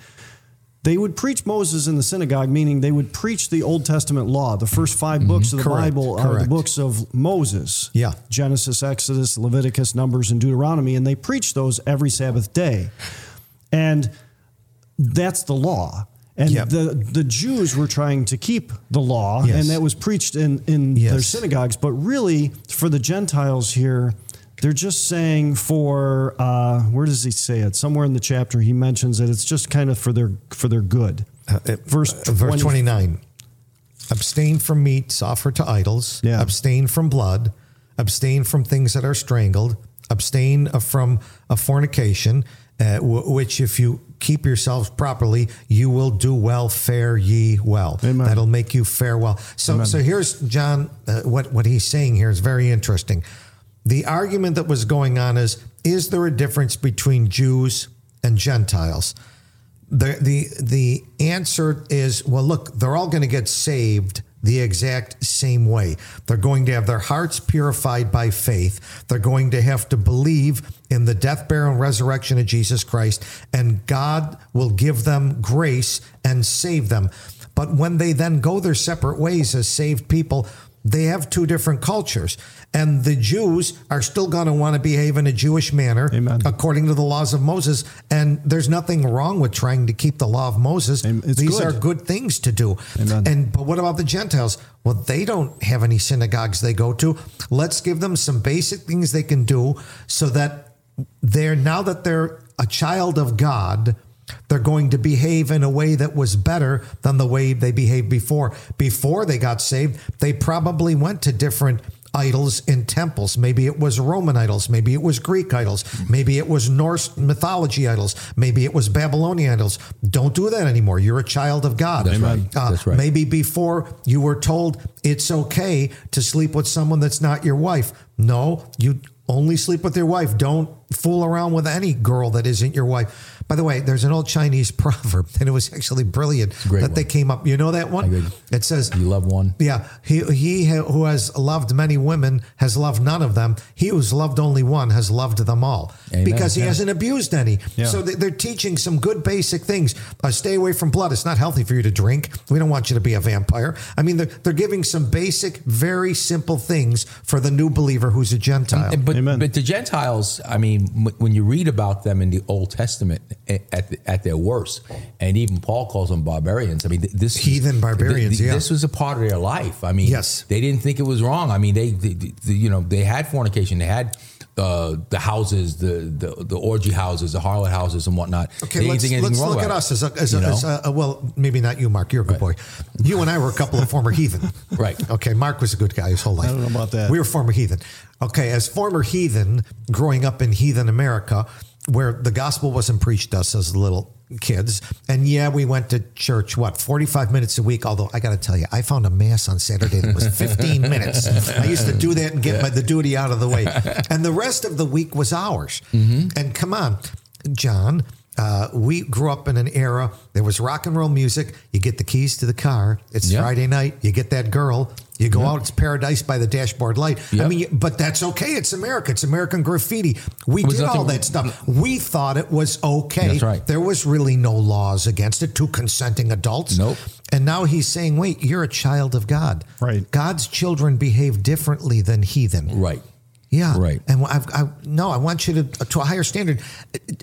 Speaker 5: they would preach Moses in the synagogue, meaning they would preach the Old Testament law. The first five books of the
Speaker 3: Mm-hmm. Correct,
Speaker 5: Bible are the
Speaker 3: correct.
Speaker 5: books of Moses
Speaker 3: Yeah.
Speaker 5: Genesis, Exodus, Leviticus, Numbers, and Deuteronomy. And they preach those every Sabbath day. And that's the law. And
Speaker 3: Yep.
Speaker 5: the, the Jews were trying to keep the law,
Speaker 3: Yes.
Speaker 5: and that was preached in, in their
Speaker 3: Yes.
Speaker 5: synagogues. But really, for the Gentiles here, they're just saying for uh, where does he say it? Somewhere in the chapter, he mentions that it's just kind of for their for their good. verse
Speaker 3: Uh, verse
Speaker 5: 20
Speaker 3: 29 abstain from meats offered to idols
Speaker 5: Yeah.
Speaker 3: abstain from blood abstain from things that are strangled abstain uh, from a fornication uh, w- which if you keep yourselves properly you will do well fare ye well that'll make you fare well so so here's john uh, what what he's saying here is very interesting the argument that was going on is is there a difference between jews and gentiles the the the answer is well look they're all going to get saved the exact same way they're going to have their hearts purified by faith they're going to have to believe in the death burial and resurrection of jesus christ and god will give them grace and save them but when they then go their separate ways as saved people they have two different cultures and the jews are still going to want to behave in a jewish manner according to the laws of moses and there's nothing wrong with trying to keep the law of moses
Speaker 5: It's
Speaker 3: these
Speaker 5: good.
Speaker 3: are good things to do and but what about the gentiles well they don't have any synagogues they go to let's give them some basic things they can do so that they're now that they're a child of God, they're going to behave in a way that was better than the way they behaved before. Before they got saved, they probably went to different idols in temples. Maybe it was Roman idols, maybe it was Greek idols, maybe it was Norse mythology idols, maybe it was Babylonian idols. Don't do that anymore. You're a child of God.
Speaker 4: That's right.
Speaker 3: Uh,
Speaker 4: That's right.
Speaker 3: Maybe before you were told it's okay to sleep with someone that's not your wife. No, you only sleep with your wife. Don't fool around with any girl that isn't your wife. By the way, there's an old Chinese proverb, and it was actually brilliant
Speaker 4: great
Speaker 3: that they
Speaker 4: one.
Speaker 3: came up. You know that
Speaker 4: agree.
Speaker 3: one? It says,
Speaker 4: You love one.
Speaker 3: yeah, he he ha- who has loved many women has loved none of them. He who's loved only one has loved them all
Speaker 4: Amen.
Speaker 3: because he
Speaker 4: Yeah.
Speaker 3: hasn't abused any.
Speaker 5: Yeah.
Speaker 3: So they- they're teaching some good basic things. Uh, stay away from blood. It's not healthy for you to drink. We don't want you to be a vampire. I mean, they're, they're giving some basic, very simple things for the new believer who's a Gentile.
Speaker 4: And- But,
Speaker 5: Amen.
Speaker 4: but the Gentiles, I mean, wh- when you read about them in the Old Testament a- at, the, at their worst, and even Paul calls them barbarians. I mean, th- this
Speaker 3: Heathen barbarians, yeah.
Speaker 4: This was a part of their life. I mean,
Speaker 3: Yes.
Speaker 4: they didn't think it was wrong. I mean, they, they, they- you know, they had fornication. They had. Uh, the houses, the, the the orgy houses, the harlot houses, and whatnot. They
Speaker 3: Okay,
Speaker 4: didn't
Speaker 3: let's,
Speaker 4: think anything
Speaker 3: let's
Speaker 4: wrong
Speaker 3: look at
Speaker 4: about it,
Speaker 3: us as a, as, a,
Speaker 4: you know?
Speaker 3: as a, uh, well, maybe not you, Mark. You're a good boy. You and I were a couple of former heathen.
Speaker 4: Right.
Speaker 3: Okay, Mark was a good guy his whole life. I
Speaker 5: don't know about that.
Speaker 3: We were former heathen. Okay, as former heathen, growing up in heathen America, where the gospel wasn't preached to us as little kids, and yeah, we went to church, what, 45 minutes a week? Although I got to tell you, I found a mass on Saturday that was 15 minutes. I used to do that and get my, the duty out of the way. And the rest of the week was ours. And come on, John. Uh, we grew up in an era there was rock and roll music. You get the keys to the car. It's
Speaker 4: Yeah.
Speaker 3: Friday night. You get that girl. You go out. It's paradise by the dashboard light. I
Speaker 4: Yep.
Speaker 3: mean, but that's okay. It's America. It's American graffiti. We
Speaker 4: was
Speaker 3: did all
Speaker 4: nothing-
Speaker 3: that stuff. We thought it was okay.
Speaker 4: That's right.
Speaker 3: There was really no laws against it. Two consenting adults.
Speaker 4: Nope.
Speaker 3: And now he's saying, wait, you're a child of God.
Speaker 5: Right.
Speaker 3: God's children behave differently than heathen.
Speaker 4: right?
Speaker 3: Yeah.
Speaker 4: Right.
Speaker 3: And I've, I no, I want you to to a higher standard.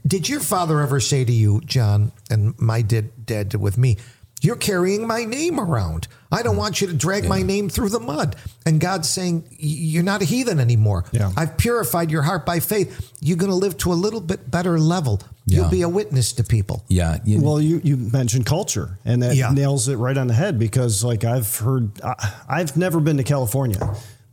Speaker 3: Did your father ever say to you, John, and my did, dad did with me, You're carrying my name around. I
Speaker 4: Mm.
Speaker 3: don't want you to drag my name through the mud. And God's saying, "Y- You're not a heathen anymore.
Speaker 5: Yeah.
Speaker 3: I've purified your heart by faith. You're going to live to a little bit better level. You'll
Speaker 4: Yeah.
Speaker 3: be a witness to people.
Speaker 4: Yeah. you-
Speaker 5: Well, you, you mentioned culture, and that
Speaker 3: Yeah.
Speaker 5: nails it right on the head because, like, I've heard, I, I've never been to California,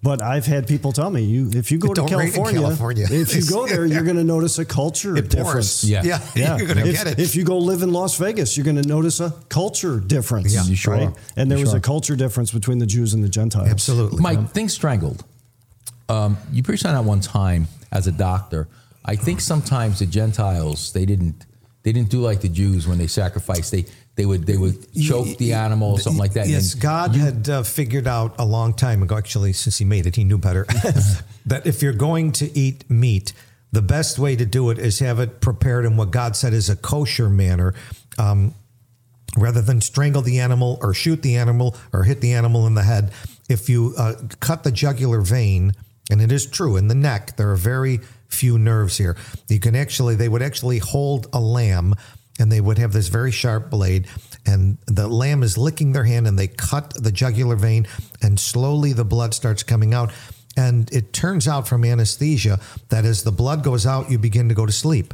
Speaker 5: but I've had people tell me, you if you go
Speaker 3: It
Speaker 5: to
Speaker 3: don't rain in
Speaker 5: California,
Speaker 3: California.
Speaker 5: if you go there, you're going to notice a culture
Speaker 3: It
Speaker 5: difference.
Speaker 3: pours.
Speaker 4: Yeah.
Speaker 5: Yeah.
Speaker 3: You're going to
Speaker 5: if,
Speaker 3: get it.
Speaker 5: if you go live in Las Vegas, you're going to notice a culture difference.
Speaker 4: Yeah. You sure are.
Speaker 5: And there
Speaker 4: You
Speaker 5: was
Speaker 4: sure
Speaker 5: a
Speaker 4: are.
Speaker 5: culture difference between the Jews and the Gentiles.
Speaker 3: Absolutely.
Speaker 4: Mike, think strangled. Um, you preached on that one time as a doctor. I think sometimes the Gentiles they didn't they didn't do like the Jews when they sacrificed. They they would they would choke the animal or something like that.
Speaker 3: Yes,
Speaker 4: And-
Speaker 3: God had uh, figured out a long time ago, actually, since he made it, he knew better,
Speaker 4: Uh-huh.
Speaker 3: that if you're going to eat meat, the best way to do it is have it prepared in what God said is a kosher manner. Um, rather than strangle the animal or shoot the animal or hit the animal in the head, if you uh, cut the jugular vein, and it is true in the neck, there are very few nerves here. You can actually, they would actually hold a lamb and they would have this very sharp blade, and the lamb is licking their hand and they cut the jugular vein, and slowly the blood starts coming out. And it turns out from anesthesia that as the blood goes out, you begin to go to sleep.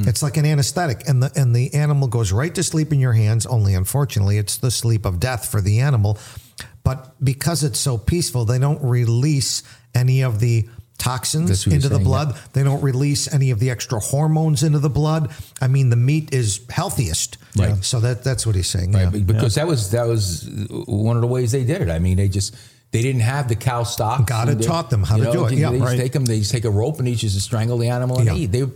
Speaker 4: Hmm.
Speaker 3: It's like an anesthetic, and the and the animal goes right to sleep in your hands. Only, unfortunately, it's the sleep of death for the animal. But because it's so peaceful, they don't release any of the toxins
Speaker 4: That's what you're
Speaker 3: into the
Speaker 4: saying,
Speaker 3: blood. They don't release any of the extra hormones into the blood. I mean, the meat is healthiest.
Speaker 4: Right.
Speaker 3: So that that's what he's saying.
Speaker 4: Right,
Speaker 3: yeah.
Speaker 4: be- because that was that was one of the ways they did it. I mean, they just they didn't have the cow stock.
Speaker 3: God had taught them how to do it.
Speaker 4: They,
Speaker 3: Yeah,
Speaker 4: they
Speaker 3: right.
Speaker 4: just take them. They just take a rope and they just strangle the animal and
Speaker 3: Yeah.
Speaker 4: eat. They were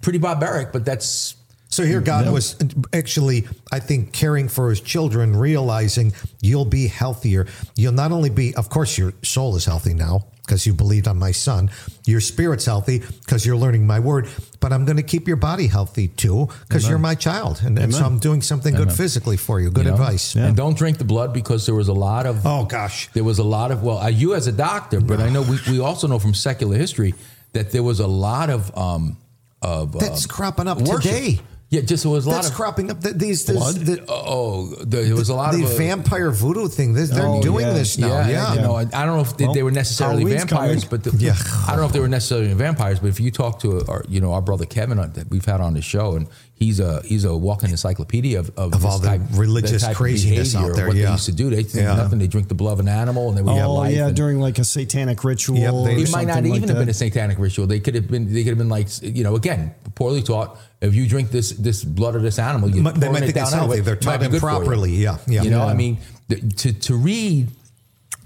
Speaker 4: pretty barbaric, but that's
Speaker 3: So here, God was actually, I think, caring for his children, realizing you'll be healthier. You'll not only be, of course, your soul is healthy now because you believed on my son. Your spirit's healthy because you're learning my word, but I'm going to keep your body healthy too because you're my child. And, and so I'm doing something good physically for you. Good
Speaker 4: you know?
Speaker 3: advice.
Speaker 4: And don't drink the blood because there was a lot of
Speaker 3: Oh, gosh.
Speaker 4: there was a lot of well uh, you as a doctor but i know we, we also know from secular history that there was a lot of um of uh,
Speaker 3: That's cropping up
Speaker 4: worship.
Speaker 3: today.
Speaker 4: yeah just there was a lot
Speaker 3: That's
Speaker 4: of
Speaker 3: cropping up. Th- These, this,
Speaker 4: blood
Speaker 3: the,
Speaker 4: oh there there was a lot
Speaker 3: the
Speaker 4: of uh,
Speaker 3: vampire voodoo thing. This, they're
Speaker 5: Oh,
Speaker 3: doing
Speaker 5: yeah.
Speaker 3: this now.
Speaker 4: yeah,
Speaker 3: Yeah.
Speaker 4: you know, I, I don't know if they, they were necessarily
Speaker 5: Halloween's
Speaker 4: vampires,
Speaker 5: coming.
Speaker 4: but the,
Speaker 3: Yeah.
Speaker 4: I don't know if they were necessarily vampires. But if you talk to our, you know, our brother Kevin on, that we've had on the show, and he's a he's a walking encyclopedia of of,
Speaker 3: Of all
Speaker 4: this
Speaker 3: the
Speaker 4: type-
Speaker 3: religious
Speaker 4: type of
Speaker 3: craziness
Speaker 4: behavior,
Speaker 3: out there,
Speaker 4: What
Speaker 3: yeah.
Speaker 4: they used to do, they think
Speaker 3: Yeah.
Speaker 4: nothing. They drink the blood of an animal, and they would have
Speaker 5: Oh
Speaker 4: life.
Speaker 5: yeah,
Speaker 4: and-
Speaker 5: during like a satanic ritual.
Speaker 3: Yep, they-
Speaker 5: or
Speaker 4: it might not
Speaker 5: something
Speaker 4: even
Speaker 5: like
Speaker 4: have been
Speaker 5: that.
Speaker 4: a satanic ritual. They could have been. They could have been like you know, again, poorly taught. If you drink this this blood of this animal, you
Speaker 3: Mu- they
Speaker 4: pouring
Speaker 3: might
Speaker 4: it
Speaker 3: think
Speaker 4: down
Speaker 3: it's
Speaker 4: anyway,
Speaker 3: healthy. They're
Speaker 4: it might
Speaker 3: taught
Speaker 4: be good for you.
Speaker 3: improperly. Yeah, yeah.
Speaker 4: You know,
Speaker 3: Yeah.
Speaker 4: I mean, th- to to read.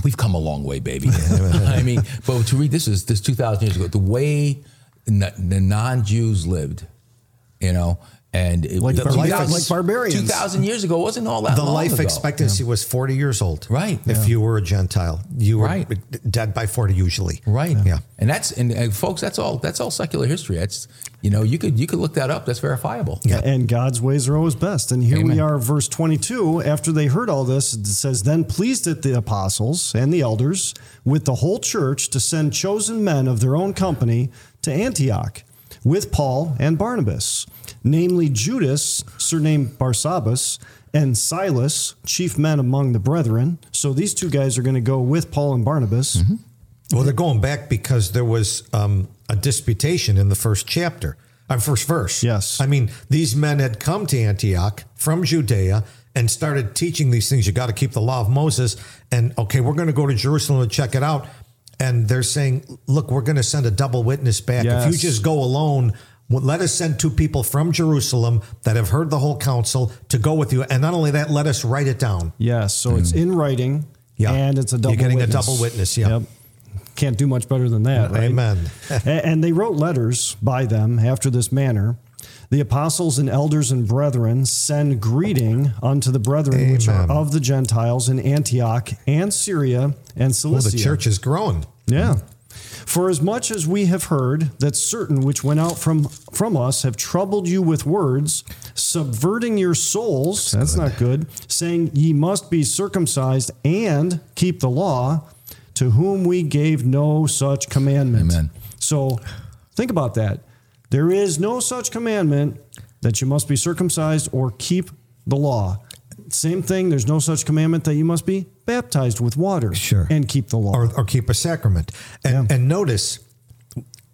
Speaker 4: We've come a long way, baby. I mean, but to read this is this two thousand years ago. The way n- the non-Jews lived, you know, and it,
Speaker 5: Like
Speaker 4: the
Speaker 5: bar- like-
Speaker 4: 2000
Speaker 5: like barbarians.
Speaker 4: Two thousand years ago wasn't all that
Speaker 3: the
Speaker 4: long
Speaker 3: life
Speaker 4: ago.
Speaker 3: expectancy was 40 years old.
Speaker 4: Right.
Speaker 3: If
Speaker 4: Yeah.
Speaker 3: you were a Gentile, you were
Speaker 4: Right.
Speaker 3: dead by 40 usually.
Speaker 4: Right.
Speaker 3: Yeah.
Speaker 4: And that's and, and folks, that's all that's all secular history. That's you know, you could you could look that up. That's verifiable.
Speaker 5: And God's ways are always best. And here we
Speaker 4: Amen.
Speaker 5: are, verse 22. After they heard all this, it says, Then pleased it the apostles and the elders with the whole church to send chosen men of their own company to Antioch with Paul and Barnabas, namely Judas, surnamed Barsabbas, and Silas, chief men among the brethren. So these two guys are going to go with Paul and Barnabas.
Speaker 3: Mm-hmm. Well, they're going back because there was um, a disputation in the first chapter, uh, first verse.
Speaker 5: Yes.
Speaker 3: I mean, these men had come to Antioch from Judea and started teaching these things. You got to keep the law of Moses. And okay, we're going to go to Jerusalem and check it out. And they're saying, look, we're going to send a double witness back. If you
Speaker 5: Yes.
Speaker 3: just go alone, well, let us send two people from Jerusalem that have heard the whole council to go with you. And not only that, let us write it down.
Speaker 5: Yes. So it's in writing
Speaker 3: Mm-hmm. Yeah.
Speaker 5: and it's a double
Speaker 3: You're getting
Speaker 5: witness.
Speaker 3: a double witness. Yeah.
Speaker 5: Yep. Can't do much better than that, right?
Speaker 3: Amen.
Speaker 5: A- and they wrote letters by them after this manner. The apostles and elders and brethren send greeting unto the brethren which are
Speaker 3: Amen.
Speaker 5: of the Gentiles in Antioch and Syria and
Speaker 3: Well,
Speaker 5: Cilicia.
Speaker 3: the church is growing.
Speaker 5: Yeah. For as much as we have heard that certain which went out from from us have troubled you with words, subverting your souls, that's, not good, saying ye must be circumcised and keep the law, to whom we gave no such commandment.
Speaker 4: Amen.
Speaker 5: So think about that. There is no such commandment that you must be circumcised or keep the law. Same thing. There's no such commandment that you must be baptized with water
Speaker 3: Sure.
Speaker 5: and keep the law.
Speaker 3: or, or keep a sacrament. And, and notice,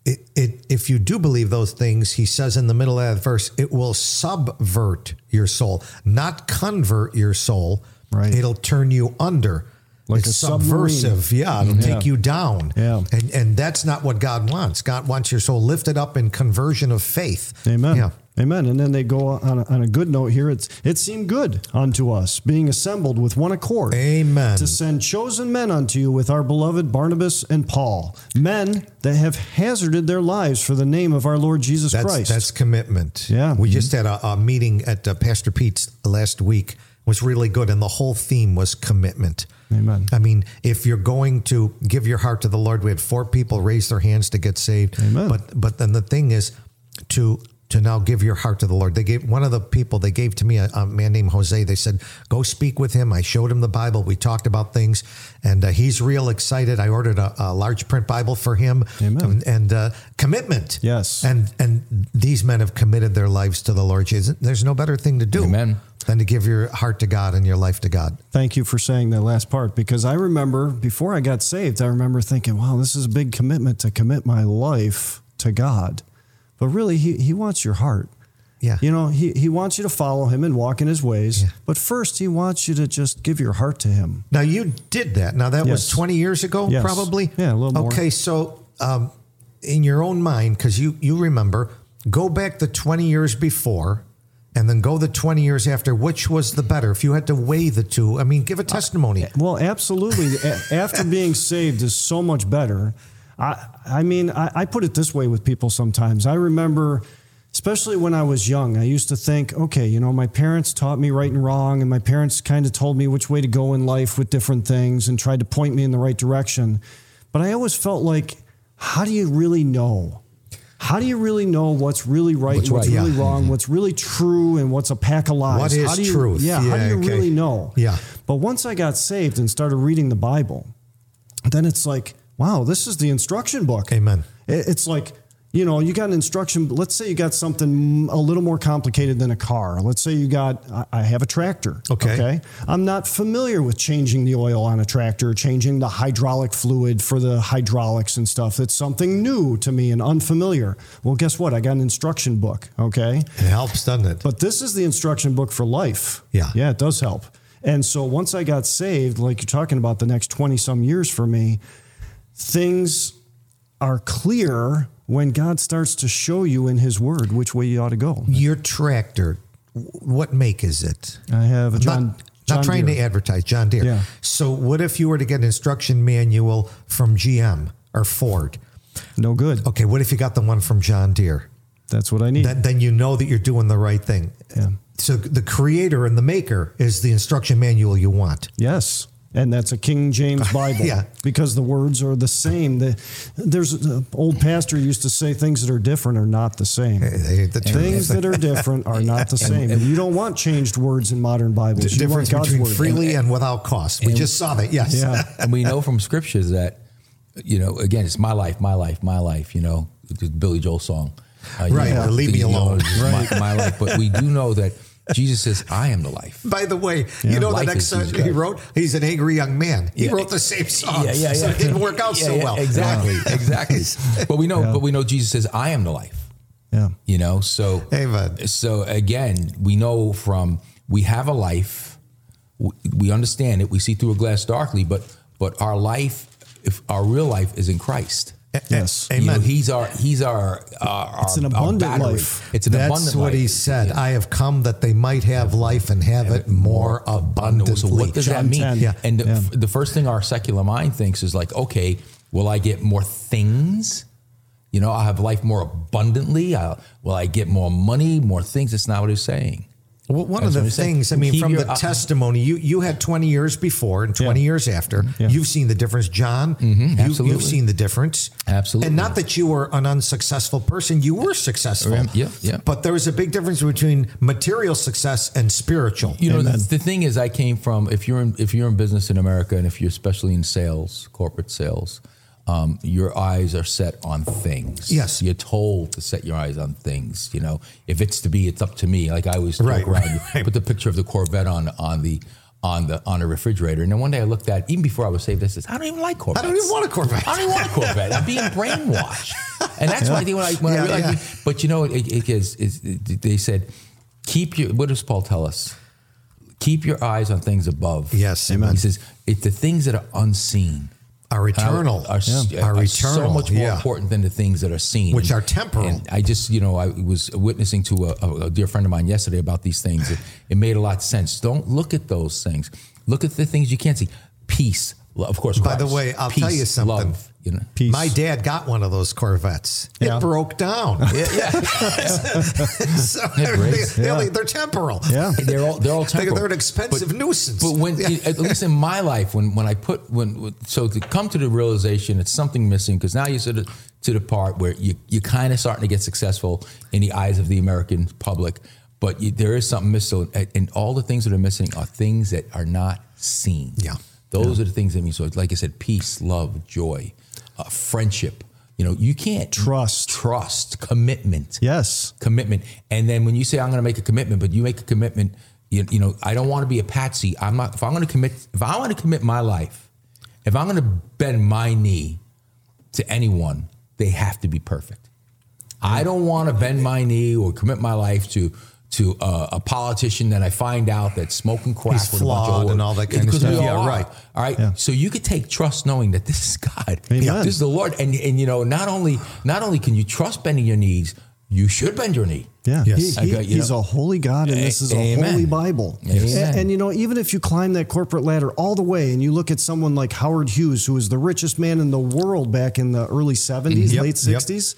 Speaker 3: it, it, if you do believe those things, he says in the middle of that verse, it will subvert your soul, not convert your soul.
Speaker 5: Right.
Speaker 3: It'll turn you under.
Speaker 5: Like
Speaker 3: it's
Speaker 5: a submarine. Mm-hmm.
Speaker 3: subversive. Yeah. It'll
Speaker 5: Yeah.
Speaker 3: take you down.
Speaker 5: Yeah.
Speaker 3: And, and that's not what God wants. God wants your soul lifted up in conversion of faith.
Speaker 5: Amen.
Speaker 3: Yeah.
Speaker 5: Amen. And then they go on a, on a good note here. It's it seemed good unto us, being assembled with one accord,
Speaker 3: Amen.
Speaker 5: to send chosen men unto you with our beloved Barnabas and Paul, men that have hazarded their lives for the name of our Lord Jesus
Speaker 3: That's
Speaker 5: Christ.
Speaker 3: that's commitment.
Speaker 5: Yeah. Mm-hmm.
Speaker 3: we just had a, a meeting at uh, Pastor Pete's last week. It Was really good, and the whole theme was commitment.
Speaker 5: Amen.
Speaker 3: I mean, if you're going to give your heart to the Lord, we had four people raise their hands to get saved.
Speaker 5: Amen.
Speaker 3: But but then the thing is to to now give your heart to the Lord. They gave one of the people they gave to me a, a man named Jose. They said go speak with him. I showed him the Bible. We talked about things, and uh, he's real excited. I ordered a, a large print Bible for him.
Speaker 5: Amen.
Speaker 3: And, and uh, commitment.
Speaker 5: Yes.
Speaker 3: And and these men have committed their lives to the Lord Jesus. There's no better thing to do
Speaker 4: Amen.
Speaker 3: than to give your heart to God and your life to God.
Speaker 5: Thank you for saying that last part because I remember before I got saved, I remember thinking, wow, this is a big commitment to commit my life to God. But really, He, he wants your heart.
Speaker 3: Yeah.
Speaker 5: You know, he, he wants you to follow him and walk in his ways.
Speaker 3: Yeah.
Speaker 5: But first, he wants you to just give your heart to him.
Speaker 3: Now you did that. Now that was
Speaker 5: Yes.
Speaker 3: 20 years ago,
Speaker 5: Yes.
Speaker 3: probably.
Speaker 5: Yeah, a little more.
Speaker 3: Okay, so um, in your own mind, because you you remember, go back the 20 years before, and then go the 20 years after. Which was the better? If you had to weigh the two, I mean, give a testimony.
Speaker 5: Well, absolutely. A- After being saved is so much better. I, I mean, I, I put it this way with people sometimes. I remember, especially when I was young, I used to think, okay, you know, my parents taught me right and wrong, and my parents kind of told me which way to go in life with different things and tried to point me in the right direction. But I always felt like, how do you really know? How do you really know what's really right and what's
Speaker 4: right,
Speaker 5: really
Speaker 3: yeah.
Speaker 5: wrong, what's really true and what's a pack of lies?
Speaker 3: What is
Speaker 5: how do you,
Speaker 3: truth?
Speaker 5: Yeah, how
Speaker 3: Yeah,
Speaker 5: do you
Speaker 3: okay.
Speaker 5: really know?
Speaker 3: Yeah.
Speaker 5: But once I got saved and started reading the Bible, then it's like, wow, this is the instruction book.
Speaker 3: Amen.
Speaker 5: It- It's like, you know, you got an instruction. Let's say you got something a little more complicated than a car. Let's say you got, I- I have a tractor.
Speaker 3: Okay.
Speaker 5: I'm not familiar with changing the oil on a tractor, changing the hydraulic fluid for the hydraulics and stuff. It's something new to me and unfamiliar. Well, guess what? I got an instruction book. Okay.
Speaker 3: It helps, doesn't it?
Speaker 5: But this is the instruction book for life.
Speaker 3: Yeah.
Speaker 5: Yeah, it does help. And so once I got saved, like you're talking about the next 20 some years for me, things are clear when God starts to show you in his word which way you ought to go.
Speaker 3: your tractor, w- what make is it?
Speaker 5: I have a John.
Speaker 3: not, not trying to advertise John Deere.
Speaker 5: Yeah.
Speaker 3: So what if you were to get an instruction manual from GM or Ford?
Speaker 5: to. No good.
Speaker 3: Okay, what if you got the one from John Deere?
Speaker 5: That's what I need.
Speaker 3: Then, then you know that you're doing the right thing. So the creator and the maker is the instruction manual you want.
Speaker 5: Yes. And that's a King James Bible.
Speaker 3: Yeah.
Speaker 5: Because the words are the same. The, there's an old pastor used to say things that are different are not the same.
Speaker 3: They- the term
Speaker 5: Things
Speaker 3: is the
Speaker 5: that are different are not the same. And you don't want changed words in modern Bibles. You want
Speaker 3: difference
Speaker 5: God's
Speaker 3: between
Speaker 5: word.
Speaker 3: freely and without cost. We just saw that. Yes.
Speaker 5: Yeah.
Speaker 4: and we know from scriptures that, you know, again, it's my life, my life, my life. You know, the Billy Joel song, uh, you
Speaker 3: Right,
Speaker 4: know,
Speaker 3: or leave
Speaker 4: the-
Speaker 3: me
Speaker 4: you know,
Speaker 3: alone.
Speaker 4: it's my, my life. But we do know that Jesus says, "I am the life."
Speaker 3: By the way, you know the
Speaker 4: Life
Speaker 3: next
Speaker 4: is
Speaker 3: song
Speaker 4: easy.
Speaker 3: he wrote? He's an angry young man. He
Speaker 4: Yeah.
Speaker 3: wrote the same song.
Speaker 4: Yeah, yeah, yeah.
Speaker 3: So it didn't work out
Speaker 4: Yeah,
Speaker 3: so
Speaker 4: yeah,
Speaker 3: well.
Speaker 4: Exactly, exactly. But we know, but we know Jesus says, "I am the life."
Speaker 5: Yeah.
Speaker 4: You know, so
Speaker 3: Amen.
Speaker 4: so again, we know from we have a life, we, we understand it, we see through a glass darkly, but but our life, if our real life is in Christ.
Speaker 5: Yes.
Speaker 4: You know,
Speaker 3: Amen.
Speaker 4: he's our he's our, our
Speaker 5: It's an
Speaker 4: our- our
Speaker 5: abundant
Speaker 4: battery.
Speaker 5: life.
Speaker 4: It's an
Speaker 3: That's
Speaker 4: abundant
Speaker 3: what
Speaker 4: life.
Speaker 3: he said. I have come that they might have life and have it more abundantly.
Speaker 4: So what does that
Speaker 5: John
Speaker 4: mean?
Speaker 5: 10. Yeah.
Speaker 4: And the,
Speaker 5: Yeah.
Speaker 4: f- the first thing our secular mind thinks is like, okay, will I get more things? You know, I'll have life more abundantly. I'll, will I get more money, more things? That's not what he's saying.
Speaker 3: Well, one
Speaker 4: That's
Speaker 3: of
Speaker 4: what
Speaker 3: the
Speaker 4: I'm saying.
Speaker 3: things, I mean,
Speaker 4: Keep
Speaker 3: from
Speaker 4: your
Speaker 3: the
Speaker 4: eye-
Speaker 3: testimony, you you had 20 years before and 20
Speaker 5: Yeah.
Speaker 3: years after.
Speaker 5: Yeah.
Speaker 3: You've seen the difference, John. you,
Speaker 4: Mm-hmm. absolutely.
Speaker 3: you've seen the difference.
Speaker 4: Absolutely.
Speaker 3: And not that you were an unsuccessful person, you were successful.
Speaker 4: Yeah, yeah.
Speaker 3: But there was a big difference between material success and spiritual.
Speaker 4: You know, the, the thing is, I came from if you're in if you're in business in America, and if you're especially in sales, corporate sales, um, your eyes are set on things.
Speaker 3: Yes.
Speaker 4: You're told to set your eyes on things. You know, if it's to be, it's up to me. Like I always joke
Speaker 3: Right,
Speaker 4: around,
Speaker 3: right.
Speaker 4: put the picture of the Corvette on on the on the on a refrigerator. And then one day I looked at, even before I was saved, I said, I don't even like Corvettes.
Speaker 3: I don't even want a Corvette.
Speaker 4: I don't even want a Corvette. I'm being brainwashed. And that's why I think when I, when I
Speaker 3: Yeah,
Speaker 4: realized,
Speaker 3: yeah.
Speaker 4: but you know, it, it is, is, they said, keep your, what does Paul tell us? Keep your eyes on things above.
Speaker 3: Yes, amen.
Speaker 4: He says, it's the things that are unseen
Speaker 3: Are eternal.
Speaker 4: are,
Speaker 3: Are
Speaker 4: are so
Speaker 3: eternal,
Speaker 4: much more
Speaker 3: yeah.
Speaker 4: important than the things that are seen,
Speaker 3: Which are temporal.
Speaker 4: And I just, you know, I was witnessing to a, a- a dear friend of mine yesterday about these things. It, it made a lot of sense. Don't look at those things. Look at the things you can't see. Peace, lo- of course.
Speaker 3: By the
Speaker 4: Christ.
Speaker 3: way, I'll tell
Speaker 4: Peace,
Speaker 3: you something.
Speaker 4: Love, you know.
Speaker 5: Peace.
Speaker 3: My dad got one of those Corvettes.
Speaker 5: Yeah.
Speaker 3: It broke down.
Speaker 4: Yeah,
Speaker 3: so
Speaker 4: breaks,
Speaker 3: they,
Speaker 5: yeah.
Speaker 3: are temporal.
Speaker 5: Yeah.
Speaker 4: they're all they're all
Speaker 3: They,
Speaker 4: temporal.
Speaker 3: are an expensive nuisance.
Speaker 4: But when,
Speaker 3: Yeah.
Speaker 4: at least in my life, when when I put when when- so to come to the realization it's something missing because now you sort of to the part where you you kind of starting to get successful in the eyes of the American public, but you, there is something missing, and, and all the things that are missing are things that are not seen.
Speaker 3: Yeah.
Speaker 4: those are the things that mean. So, it's like I said, peace, love, joy, uh, friendship. You know, you can't
Speaker 5: Trust.
Speaker 4: trust, commitment
Speaker 5: Yes.
Speaker 4: commitment. And then when you say I'm going to make a commitment, but you make a commitment, you, you know, I don't want to be a patsy. I'm not. If I'm going to commit, if I want to commit my life, if I'm going to bend my knee to anyone, they have to be perfect. I don't want to bend my knee or commit my life to to uh, a politician that I find out that's smoking crack
Speaker 3: He's
Speaker 4: with a bunch of
Speaker 3: flawed
Speaker 4: old-
Speaker 3: and all that kind of
Speaker 4: Because we
Speaker 3: stuff.
Speaker 4: all
Speaker 3: Yeah,
Speaker 4: are.
Speaker 3: right.
Speaker 4: All right.
Speaker 5: Yeah.
Speaker 4: So you could take trust knowing that this is God.
Speaker 5: Amen.
Speaker 4: This is the Lord. And and you know, not only not only can you trust bending your knees, you should bend your knee.
Speaker 5: Yeah,
Speaker 3: Yes.
Speaker 5: He- he-
Speaker 4: Okay, you
Speaker 5: he's
Speaker 4: know.
Speaker 5: a holy God, and this is a
Speaker 4: Amen.
Speaker 5: holy Bible.
Speaker 4: Yes.
Speaker 5: A- And,
Speaker 4: Amen.
Speaker 5: you know, even if you climb that corporate ladder all the way, and you look at someone like Howard Hughes, who was the richest man in the world back in the early '70s,
Speaker 4: Mm-hmm.
Speaker 3: Yep,
Speaker 5: late
Speaker 3: yep.
Speaker 5: '60s,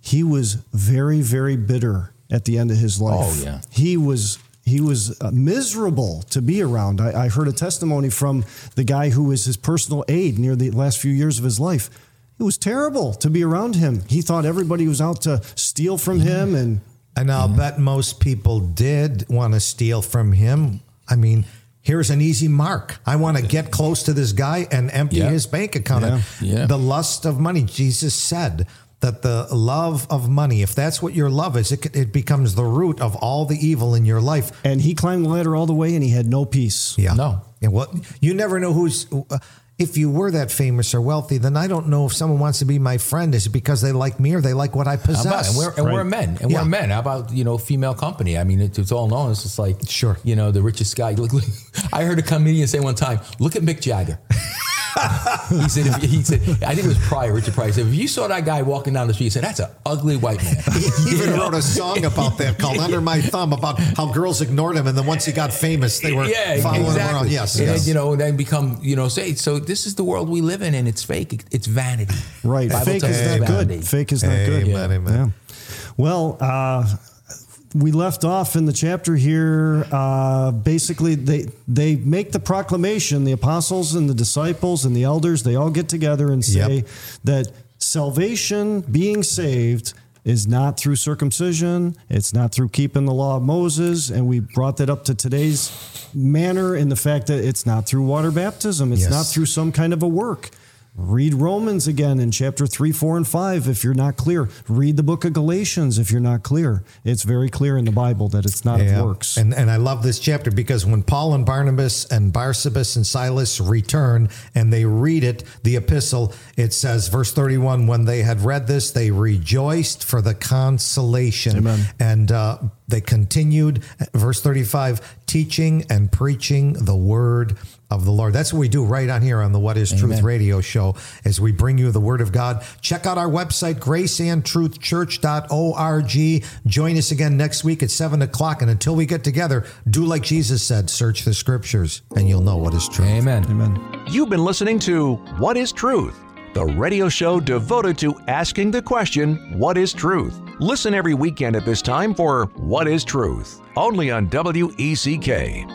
Speaker 5: he was very, very bitter at the end of his life.
Speaker 4: Oh, yeah.
Speaker 5: he was. He was uh, miserable to be around. I, I heard a testimony from the guy who was his personal aide near the last few years of his life. It was terrible to be around him. He thought everybody was out to steal
Speaker 4: Mm-hmm.
Speaker 5: from him and
Speaker 3: and I'll bet most people did want to steal from him. I mean, here's an easy mark. I want to get close to this guy and empty
Speaker 4: Yeah.
Speaker 3: his bank account.
Speaker 5: Yeah.
Speaker 4: Yeah.
Speaker 3: The lust of money. Jesus said that the love of money, if that's what your love is, it, c- it becomes the root of all the evil in your life.
Speaker 5: And he climbed the ladder all the way and he had no peace.
Speaker 3: Yeah.
Speaker 4: No.
Speaker 3: Yeah, well, you never know who's. Uh, if you were that famous or wealthy, then I don't know if someone wants to be my friend. Is it because they like me or they like what I
Speaker 4: How about it?
Speaker 3: possess?
Speaker 4: and we're and we're
Speaker 5: Right.
Speaker 4: men and
Speaker 3: Yeah.
Speaker 4: we're men. How about you know female company? I mean, it, it's all known. It's just like
Speaker 3: Sure.
Speaker 4: you know, the richest guy. Look, look, I heard a comedian say one time, "Look at Mick Jagger." he said, if, he said, I think it was Pryor, Richard Pryor. He said, if you saw that guy walking down the street, you said, that's an ugly white man.
Speaker 3: he even wrote a song about that called "Under My Thumb" about how girls ignored him, and then once he got famous, they were following him around. Yes,
Speaker 4: and
Speaker 3: yes.
Speaker 4: Then, you know, and then become, you know, say, so this is the world we live in, and it's fake. It- It's vanity.
Speaker 5: Right.
Speaker 4: Bible
Speaker 5: Fake
Speaker 4: tells
Speaker 5: is
Speaker 4: us
Speaker 5: not
Speaker 4: vanity.
Speaker 5: good. Fake is not good.
Speaker 3: Amen, amen.
Speaker 5: Yeah. Well, uh, we left off in the chapter here. Uh, basically, they they make the proclamation. The apostles and the disciples and the elders they all get together and say
Speaker 3: Yep.
Speaker 5: that salvation, being saved, is not through circumcision. It's not through keeping the law of Moses. And we brought that up to today's manner in the fact that it's not through water baptism. It's
Speaker 3: Yes.
Speaker 5: not through some kind of a work. Read Romans again in chapter 3, 4, and 5 if you're not clear. Read the book of Galatians if you're not clear. It's very clear in the Bible that it's not
Speaker 3: Yeah.
Speaker 5: of works.
Speaker 3: And and I love this chapter because when Paul and Barnabas and Barsabas and Silas return and they read it, the epistle, it says, verse 31, when they had read this, they rejoiced for the consolation. And uh, they continued, verse 35, teaching and preaching the word of the Lord. That's what we do right on here on the What is Truth radio show as we bring you the word of God. Check out our website, graceandtruthchurch.org. Join us again next week at 7 o'clock. And until we get together, do like Jesus said, search the scriptures and you'll know what is true.
Speaker 4: Amen.
Speaker 1: You've been listening to What is Truth? The radio show devoted to asking the question, What is truth? E Listen every weekend at this time for What is Truth? Only on WECK.